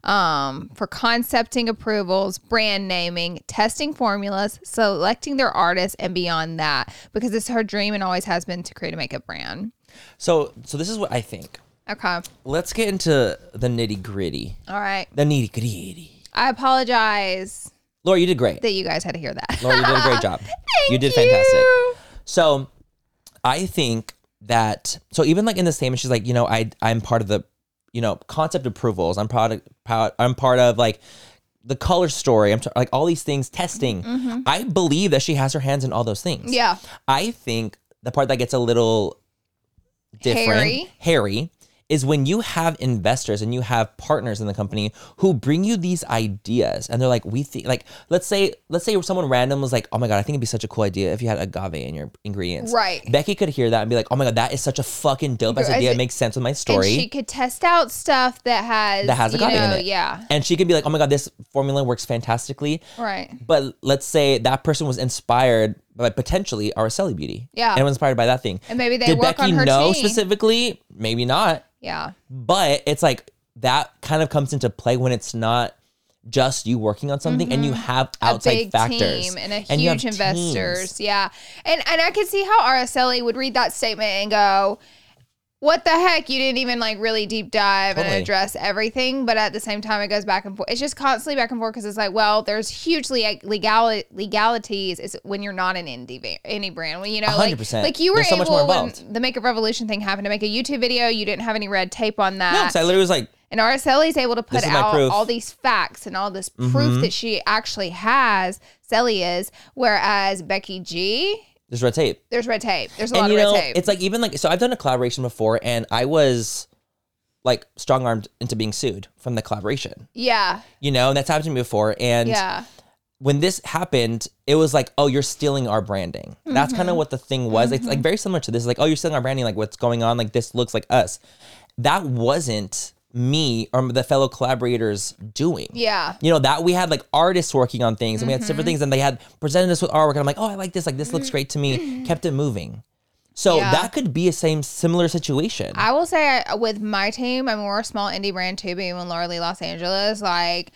um, for concepting approvals, brand naming, testing formulas, selecting their artists, and beyond that, because it's her dream and always has been to create a makeup brand.
So, so this is what I think.
Okay.
Let's get into the nitty gritty.
All right.
The nitty gritty.
I apologize
Laura, you did great.
that you guys had to hear that.
Laura, you did a great job. you did fantastic. So I think that so even like in the statement, she's like, you know, I I'm part of the, you know, concept approvals. I'm proud, proud I'm part of like the color story. I'm t- like all these things testing. I believe that she has her hands in all those things.
[laughs] Yeah.
I think the part that gets a little different,
Hairy.
hairy, is when you have investors and you have partners in the company who bring you these ideas, and they're like, "We think like let's say let's say someone random was like, oh my god, I think it'd be such a cool idea if you had agave in your ingredients."
Right.
Becky could hear that and be like, "Oh my god, that is such a fucking dope ass
As
idea. It
it-
makes sense with my
And
story."
she could test out stuff that has
That has
you
agave in
know,
it.
Yeah.
and she could be like, "Oh my god, this formula works fantastically."
Right.
But let's say that person was inspired by potentially Araceli E Beauty.
Yeah.
And was inspired by that thing.
And maybe they
Did
work
Becky
on her
know
team.
specifically? Maybe not.
Yeah.
But it's like that kind of comes into play when it's not just you working on something and you have outside
Mm-hmm. a big
factors
team and a
you
huge
have
investors.
teams.
Yeah. And and I could see how RSLE would read that statement and go, What the heck? You didn't even like really deep dive
Totally.
and address everything. But at the same time, it goes back and forth. It's just constantly back and forth because it's like, well, there's huge leg- legal- legalities is when you're not an indie ba- any brand. When you know, like,
100%.
like you were
There's so much
able
more
when
involved.
the Makeup Revolution thing happened to make a YouTube video, you didn't have any red tape on that.
No, 'cause I literally was like,
And RSLE E is able to put
is my
out
proof. Mm-hmm.
all these facts and all this proof that she actually has, Sally is, whereas Becky G,
there's red tape.
there's red tape. There's a lot
and
of
you
red
know,
tape.
it's like even like so I've done a collaboration before and I was like strong armed into being sued from the collaboration.
yeah.
You know, and that's happened to me before. And
Yeah.
when this happened, it was like, oh, you're stealing our branding. That's kind of
Mm-hmm.
what the thing was. It's like very similar to this. Like, oh, you're stealing our branding. Like, what's going on? Like, this looks like us. That wasn't me or the fellow collaborators doing.
Yeah. Mm-hmm.
You know, that we had like artists working on things and we had different things and they had presented us with artwork. And I'm like, oh, I like this. Like, this looks great to me. Kept it moving. So
Mm-hmm. Yeah.
that could be a same similar situation.
I will say I, with my team, I'm more a small indie brand too, being in Lower Lee, Los Angeles. Like,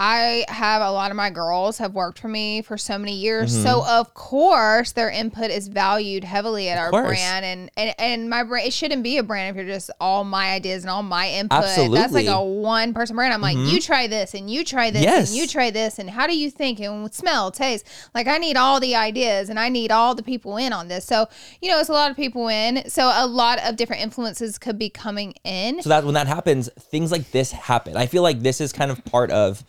I have a lot of my girls have worked for me for so many years. So
Mm-hmm.
of course their input is valued heavily at our
course.
brand and, and and my brand it shouldn't be a brand if you're just all my ideas and all my input. That's like
Absolutely. Mm-hmm.
a one person brand. I'm like, you try this and you try this
Yes.
and you try this and how do you think and smell, taste? Like I need all the ideas and I need all the people in on this. So, you know, it's a lot of people in. So a lot of different influences could be coming in.
So that when that happens, things like this happen. I feel like this is kind of part of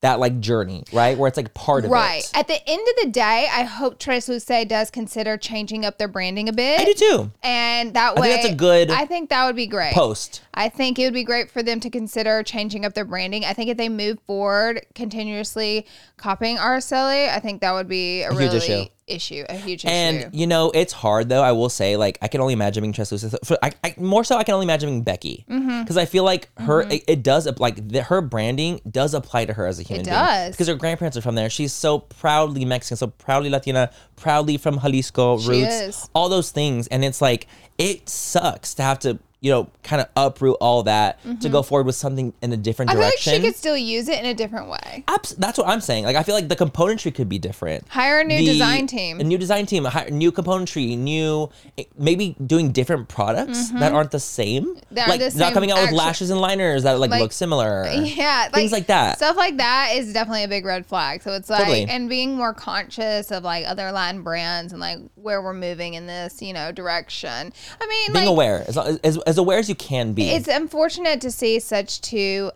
that like journey, right? Where it's like part of
Right.
it.
At the end of the day, I hope Tres Luce does consider changing up their branding a bit.
I do too.
And that
I
way,
think that's a good
I think that would be great.
Post.
I think it would be great for them to consider changing up their branding. I think if they move forward continuously copying RSLE, I think that would be a,
huge
really
issue.
issue, a huge issue.
And you know, it's hard though. I will say, like, I can only imagine being translucent. For, I, I, more so, I can only imagine being Becky because
Mm-hmm.
I feel like her. It, it does ap- like the, her branding does apply to her as a human. being.
does.
because her grandparents are from there. She's so proudly Mexican, so proudly Latina, proudly from Jalisco
She
roots,
is.
all those things. And it's like it sucks to have to you know kind of uproot all that to go forward with something in a different
Mm-hmm. I feel like
direction.
she could still use it in a different way.
Abs- that's what I'm saying. Like I feel like the componentry could be different.
Hire a new
The-
design team.
A new design team, a hi- new componentry, new eh, maybe doing different products that aren't the same.
That are
like
Mm-hmm. the
not
same
coming out
actu-
with lashes and liners that like,
Like-
look similar.
[laughs] [laughs] yeah,
things like that.
Stuff like that is definitely a big red flag. So it's like,
Totally.
and being more conscious of like other Latin brands and like where we're moving in this, you know, direction. I mean,
Being
like,
aware, as, as as aware as you can be.
It's unfortunate to see such two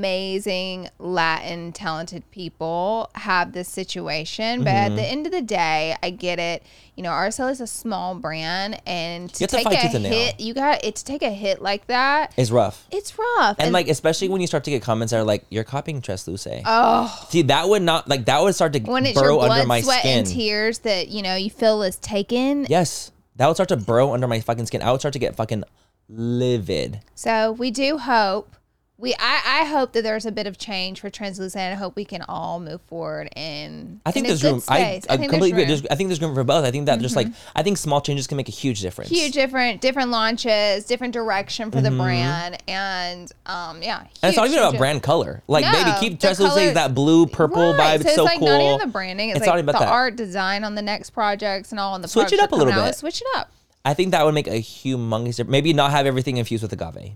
amazing Latin talented people have this situation, but
Mm-hmm.
at the end of the day, I get it. You know, RSL is a small brand, and to
have to
take
fight
a
tooth and nail.
hit, you got it to take a hit like that.
is rough.
It's rough,
And like especially when you start to get comments that are like, "You're copying Tres Luce."
oh,
See, that would not like that would start to
when it's
burrow
your
under
blood,
my
sweat,
skin.
and tears that you know you feel is taken.
Yes, that would start to burrow under my fucking skin. I would start to get fucking livid.
So we do hope we. I, I hope that there's a bit of change for Translucent. and I hope we can all move forward and
I think there's room. I, I, completely agree. There's, I think there's room for both. I think that just like I think small changes can make a huge difference.
Mm-hmm. huge different different launches, different direction for the brand, and um yeah.
Mm-hmm. And it's not
huge,
even about
huge-
brand color. Like
No,
baby, keep
the
Dress Luce
color-
that blue purple
Right,
vibe. It's so,
like
cool.
not even the branding. It's,
It's
like
not even about
the
that.
art design on the next projects and all on the
Switch it
products
up a
that come
little
out.
bit.
Switch it up.
I think that would make a humongous difference. Maybe not have everything infused with agave.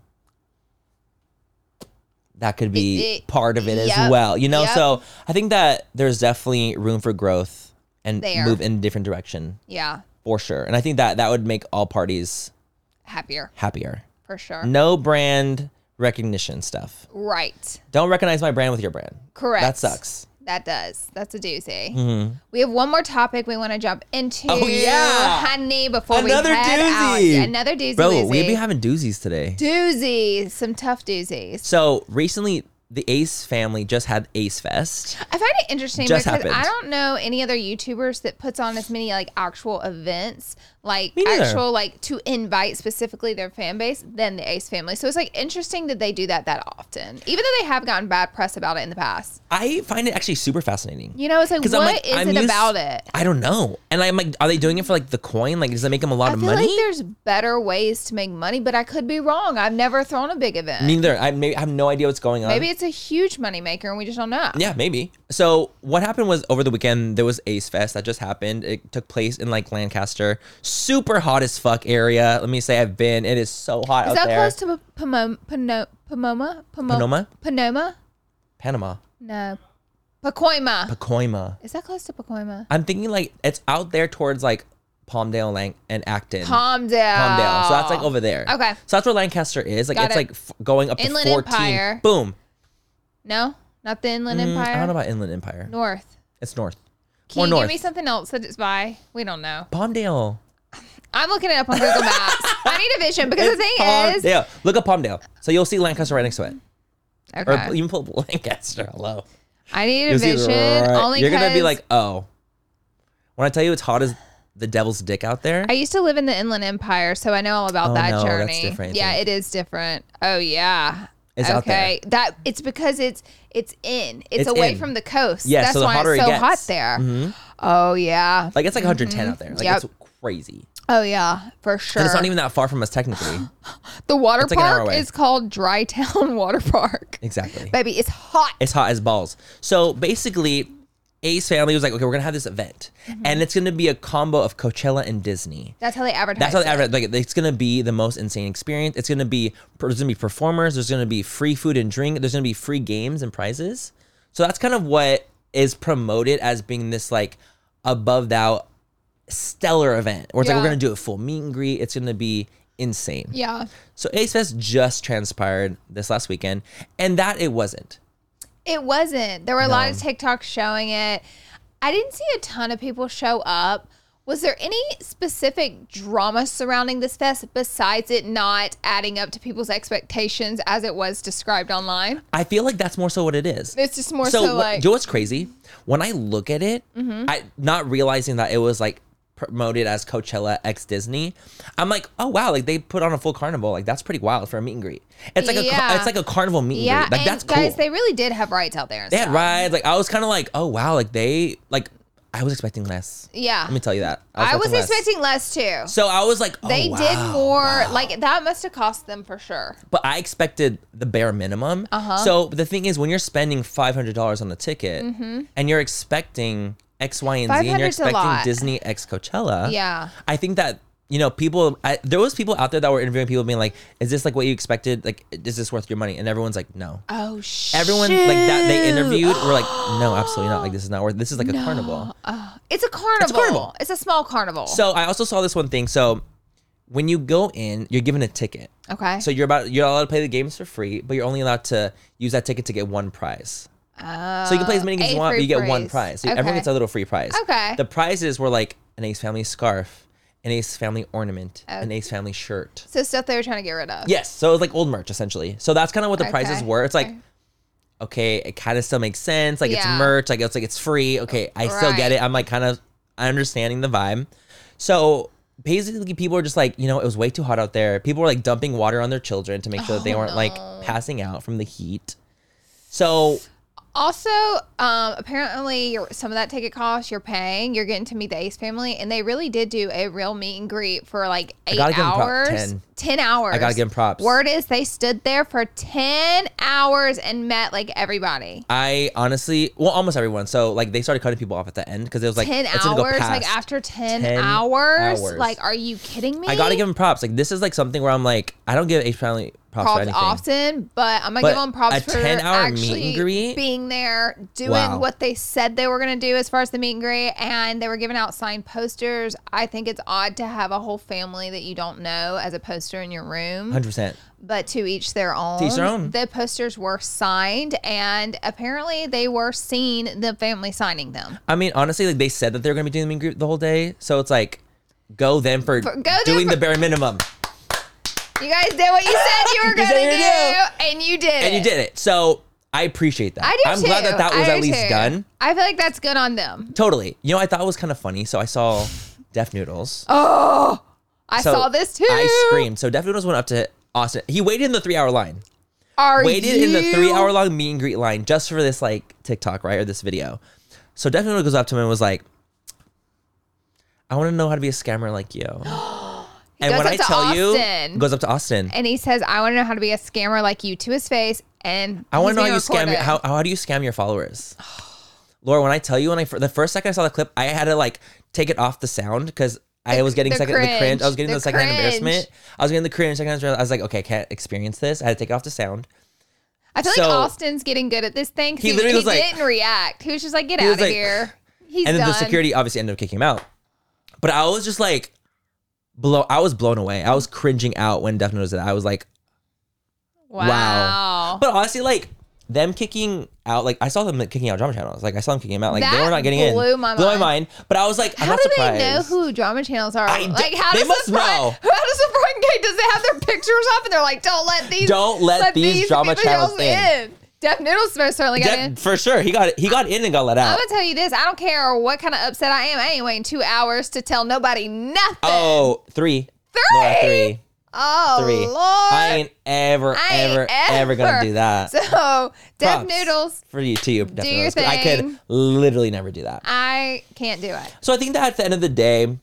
That could be
It- it-
part of it
yep,
as well. You know,
yep.
so I think that there's definitely room for growth and
There.
move in a different direction
Yeah,
for sure. And I think that that would make all parties
happier
happier.
for sure.
No brand recognition stuff.
Right.
Don't recognize my brand with your brand.
Correct.
That sucks. Mm-hmm.
That does. That's a doozy. We have one more topic we want to jump into.
Oh, yeah.
honey. Before
Another
we head
doozy.
out, another doozy.
Bro,
doozy.
we be having doozies today.
doozies. Some tough doozies.
So recently, the Ace family just had Ace Fest.
I find it interesting
Just
because I
happened.
don't know any other YouTubers that puts on as many like actual events, like
Me neither.
actual like to invite specifically their fan base than the Ace family. So it's like interesting that they do that that often, even though they have gotten bad press about it in the past.
I find it actually super fascinating.
You know, it's like
'Cause
what is
I'm like, I'm
it
used-
about it?
I don't know, and I'm like, are they doing it for like the coin? Like, does that make them a lot
I
of
feel
money?
like there's better ways to make money, but I could be wrong. I've never thrown a big event.
Neither. I, may, I have no idea what's going on.
Maybe it's a huge moneymaker and we just don't know.
Yeah, maybe. So what happened was over the weekend there was Ace Fest that just happened. It took place in like Lancaster, super hot as fuck area. Let me say I've been. It is so hot
Is
out
that
there.
close to P- Pomo- Pono- Pomoma? Pomo-
Panoma?
Panoma?
Panama,
No. Pacoima.
Pacoima.
Is that close to Pacoima?
I'm thinking like it's out there towards like Palmdale Lang- and Acton.
Palmdale.
Palmdale. So that's like over there.
Okay.
So that's where Lancaster is. Like
Got
it's
it.
like f- going up
Inland
to 14.
Empire.
Boom.
No, not the Inland
Mm,
Empire.
I don't know about Inland Empire.
North.
It's north.
Can
More
you
north.
give me something else that it's by? We don't know.
Palmdale.
I'm looking it up on Google Maps. I need a
[laughs]
vision because the thing is,
Palmdale. Look up Palmdale. So you'll see Lancaster right next to it.
okay.
Or you can pull up [laughs] Lancaster. Hello.
I need a
You'll see
vision.
right-
Only
You're going to be
'cause
like, oh. When I tell you it's hot as the devil's dick out there.
I used to live in the Inland Empire, so I know all about
Oh,
that
no, that's
journey.
different, I
Yeah,
think.
it is different. Oh yeah.
It's out
okay. That it's because it's it's in. It's,
It's
away
in.
from the coast.
Yeah,
That's
so the
why
hotter
it's
it
so
gets. Mm-hmm.
hot there. Oh yeah.
like it's like 110 out there. Like
Mm-hmm. Yep.
it's crazy.
Oh yeah, for
Because
sure.
it's not even that far from us technically.
the water
it's like an hour
park
away.
is called Dry Town [laughs] Water Park.
[laughs] exactly.
Baby, it's hot.
It's hot as balls. So basically, Ace family was like, okay, we're gonna have this event,
Mm-hmm.
and it's gonna be a combo of Coachella and Disney.
That's how they advertise.
That's how they
it.
adver- like it's gonna be the most insane experience. It's gonna be there's gonna be performers. There's gonna be free food and drink. There's gonna be free games and prizes. So that's kind of what is promoted as being this like above thou stellar event where it's like
Yeah.
we're gonna do a full meet and greet. It's gonna be insane.
Yeah.
So Ace Fest just transpired this last weekend, and that it wasn't.
It wasn't. There were a lot of TikToks showing it. I didn't see a ton of people show up, Was there any specific drama surrounding this fest besides it not adding up to people's expectations as it was described online?
I feel like that's more so what it is.
It's just more
so,
so,
what-
like Mm-hmm.
you know what's crazy? When I look at it, I not realizing that it was like promoted as Coachella X Disney, I'm like, oh wow, like they put on a full carnival, like that's pretty wild for a meet and greet. It's like a ca-
Yeah.
it's like a carnival meet and
yeah,
greet, like
and
that's cool.
guys, they really did have rights out there. and
they had
stuff.
rides, like I was kind of like, oh wow, like they like I was expecting less.
Yeah,
Let me tell you that
I was
less.
expecting less too.
So I was like, oh,
they did
wow.
more. Like that must have cost them for sure.
but I expected the bare minimum.
Uh-huh.
So the thing is, when you're spending five hundred dollars on a ticket, and you're expecting X, Y, and Z, and
500
you're
is Mm-hmm. a lot.
expecting Disney X Coachella,
Yeah.
I think that you know people. I, there was people out there that were interviewing people, being like, "Is this like what you expected? Like, is this worth your money?" And everyone's like, "No."
Oh shit!
Everyone like that they interviewed were
[gasps]
like, "No, absolutely not. Like, this is not worth. This is like a carnival."
It's a carnival. It's a
carnival.
small carnival.
So I also saw this one thing. So when you go in, you're given a ticket.
okay.
So you're about you're allowed to play the games for free, but you're only allowed to use that ticket to get one prize. so you can play as many games
Oh, a
you want, but
free
you get one
prize.
prize. So
Okay.
everyone gets a little free prize.
Okay.
The prizes were like an Ace Family scarf, an Ace Family ornament,
Oh.
an Ace Family shirt.
So stuff they were trying to get rid of.
Yes. So it was like old merch essentially. So that's kind of what the prizes
Okay.
were. It's like, okay, it kind of still makes sense. Like
Yeah.
it's merch. Like it's like it's free. Okay, I still get it. I'm like kind of understanding the vibe. So basically, people are just like, you know, it was way too hot out there. People were like dumping water on their children to make sure that
Oh,
they weren't like passing out from the heat. So
Also, um, apparently your, some of that ticket cost you're paying. You're getting to meet the Ace family, and they really did do a real meet and greet for like eight
gotta give 'em prop-
hours,
10.
hours.
I gotta give 'em props.
Word is they stood there for ten hours and met like everybody.
I honestly, well, almost everyone. So like they started cutting people off at the end because it was like
ten
it's
hours,
gonna go
like
past.
after 10,
10
hours,
hours.
Like, are you kidding me?
I gotta give them props. Like this is like something where I'm like, I don't give H family props, for
props
anything.
often, but I'm gonna
But
give them props
a
for
10-hour meet and
actually
greet?
being there, doing
Wow.
what they said they were gonna do as far as the meet and greet, and they were giving out signed posters. I think it's odd to have a whole family that you don't know as a poster in your room,
Hundred percent.
but to each their own.
each their own.
The posters were signed, and apparently they were seen the family signing them.
I mean, honestly, like they said that they're gonna be doing the meet and greet the whole day, so it's like, go them for,
For- go them
doing
for-
the bare minimum,
You guys did what you said
[laughs]
you were
You
gonna
said you
do,
do.
and you did.
and you
it.
did it. So I appreciate that.
I do
I'm
too.
glad that that was
I
at
do
least
too.
done.
I feel like that's good on them.
Totally. You know, I thought it was kind of funny. So I saw Deaf Noodles.
Oh, I
So
saw this too.
I
[laughs]
screamed. So Deaf Noodles went up to Austin. He waited in the three hour line.
Are
waited in the
you-
three hour long meet and greet line just for this like TikTok, right? Or this video. So definitely goes up to him and was like, I want to know how to be a scammer like
[gasps]
you. and
goes
when
up
I
to
tell
Austin.
you, goes up to Austin.
And he says, "I want to know how to be a scammer like you." To his face, and
I want to know how you
scam
scam your, how, how do you scam your followers? [sighs] Laura, when I tell you when I fir- the first second I saw the clip, I had to like take it off the sound because I was getting
the
second the
cringe,
cringe. I was getting
the
the, second hand
cringe.
embarrassment. I was getting the cringe. Second hand, I was like, okay, I can't experience this. I had to take it off the sound.
I feel
so-
like Austin's getting good at this thing. 'cause
He
He,
literally
he
was like-
didn't react. He was just like, "Get
He
out
was
of
like- [laughs]
here." He's
and then
done.
the security obviously ended up kicking him out. But I was just like, blow. I was blown away. I was cringing out when Death Note did that. I was like,
Wow. Oh.
wow. But honestly, like them kicking out, like I saw them kicking out drama channels. Like I saw them kicking him out. Like they
That
were not getting in.
blew my
blew my
mind.
mind. But I was like, I'm
how
not
do
surprised.
they know who drama channels are?
I d-
like, how
they
does
must
the front,
know.
[laughs] How does the front gate? Does it have their pictures up? And they're like, "Don't let these
Don't let these drama
people
channels in."
Deaf Noodles most certainly got
Def-
in.
for sure, he got he got in and got let
I'm
out.
gonna tell you this. I don't care what kind of upset I am. I ain't waiting two hours to tell nobody nothing.
Oh, three. Laura, three.
Oh,
Three.
Lord.
I ain't ever,
I ain't
ever, ever gonna
ever.
do that.
[laughs] So, Deaf
Props
Noodles,
for you too. Def
your
Noodles, 'cause I could
thing.
literally never do that.
I can't do it.
So I think that at the end of the day,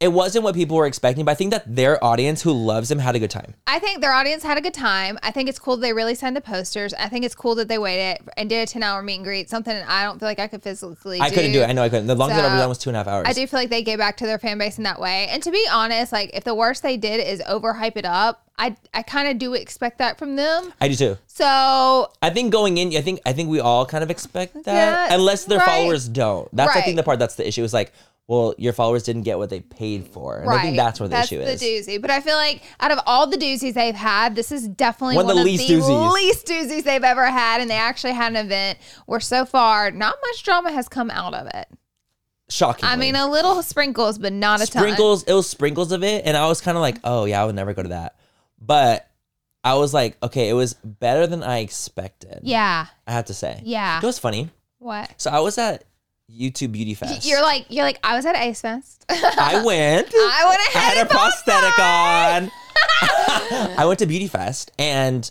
it wasn't what people were expecting, but I think that their audience who loves him had a good time.
I think their audience had a good time. I think it's cool that they really signed the posters. I think it's cool that they waited and did a 10 hour meet and greet, something I don't feel like I could physically
I couldn't do it. I know I couldn't. The longest
So,
I've ever done was two and a half hours.
I do feel like they gave back to their fan base in that way. And to be honest, like if the worst they did is overhype it up, I I kind of do expect that from them.
I do too.
So
I think going in, I think I think we all kind of expect that,
Yeah,
unless their
right.
followers don't. That's I
Right.
think the part that's the issue. Is like, well, your followers didn't get what they paid for, and I think that's where the issue is.
the doozy. But I feel like out of all the doozies they've had, this is definitely one,
One of the
of
least
the
doozies.
least doozies they've ever had. And they actually had an event where so far not much drama has come out of it.
Shocking.
I mean, a little sprinkles, but not a ton.
sprinkles. It was sprinkles of it, and I was kind of like, oh yeah, I would never go to that. But I was like, okay, it was better than I expected.
Yeah.
I have to say.
Yeah.
It was funny.
What?
So I was at YouTube Beauty Fest.
You're like, you're like, I was at Ice Fest. [laughs]
I went.
I went ahead
I had a
and bought
prosthetic on.
[laughs]
I went to Beauty Fest, and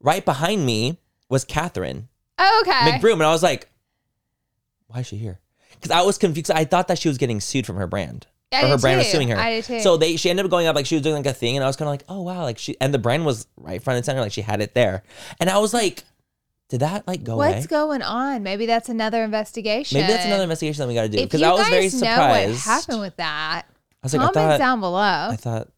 right behind me was Catherine
Oh, Okay.
McBroom, and I was like, "Why is she here?" Because I was confused. I thought that she was getting sued from her brand,
I
or her
did
brand was
too.
suing her.
I did too.
So they, she ended up going up like she was doing like a thing, and I was kind of like, "Oh wow!" Like she, and the brand was right front and center, like she had it there, and I was like, "Did that like go away?"
What's going on? Maybe that's another investigation.
eh? Maybe that's another investigation that we got to do
If
because
you
I was
guys
very surprised.
know what happened with that,
I was like, I
comment
thought,
down below.
I thought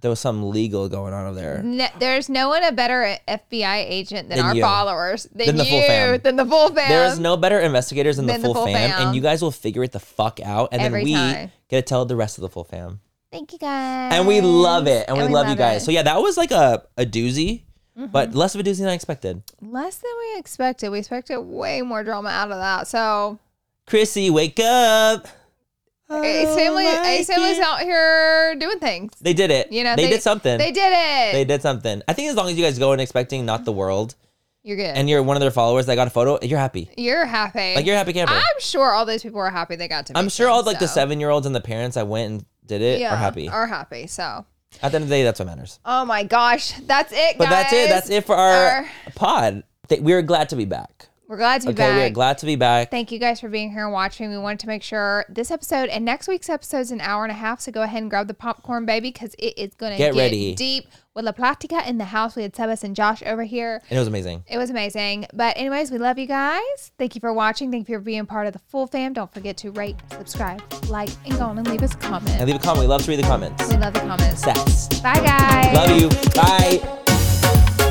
there was something legal going on over there.
No, there's no one a better FBI agent than,
Than
our
you.
followers, than,
Than the
you,
full fam.
than the full fam.
There is no better investigators than,
Than
the full, fam, and you guys will figure it the fuck out, and then
Every
we
time.
get to tell the rest of the full fam,
Thank you guys.
and we love it, and, we, love, you guys.
it. Mm-hmm.
So yeah, that was like a a doozy, but less of a doozy than I expected.
Less than we expected. We expected way more drama out of that. So
Chrissy, wake up! Oh
Ace family, Ace family's out here doing things.
They did it.
You know,
they, did something.
They did it.
They did something. I think as long as you guys go in expecting not the world,
You're good.
and you're one of their followers that got a photo, you're happy.
you're happy.
Like you're a happy camper.
I'm sure all those people are happy they got to.
I'm
meet
sure
them,
all like the
so.
seven year olds and the parents that went and did it
Yeah,
are happy.
Are happy. So,
At the end of the day, that's what matters.
oh my gosh, that's it,
But that's it.
guys.
That's it for our,
Our-
pod. Th- we are glad to be back.
We're glad to be
okay,
back.
we are glad to be back.
Thank you guys for being here and watching. We wanted to make sure this episode and next week's episode is an hour and a half. So go ahead and grab the popcorn, baby, because it is going to
Get ready.
deep. With La Platica in the house, we had Sebas and Josh over here.
and it was amazing.
It was amazing. But, anyways, we love you guys. Thank you for watching. Thank you for being part of the full fam. Don't forget to rate, subscribe, like, and go on and leave us a
And
comment.
leave a comment. We love to read the comments.
We love the comments.
Sassed.
Bye, guys.
Love you. Bye.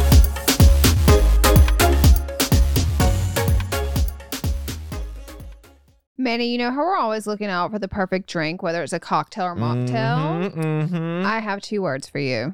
Manny, you know how we're always looking out for the perfect drink, whether it's a cocktail or mocktail?
Mm-hmm.
I have two words for you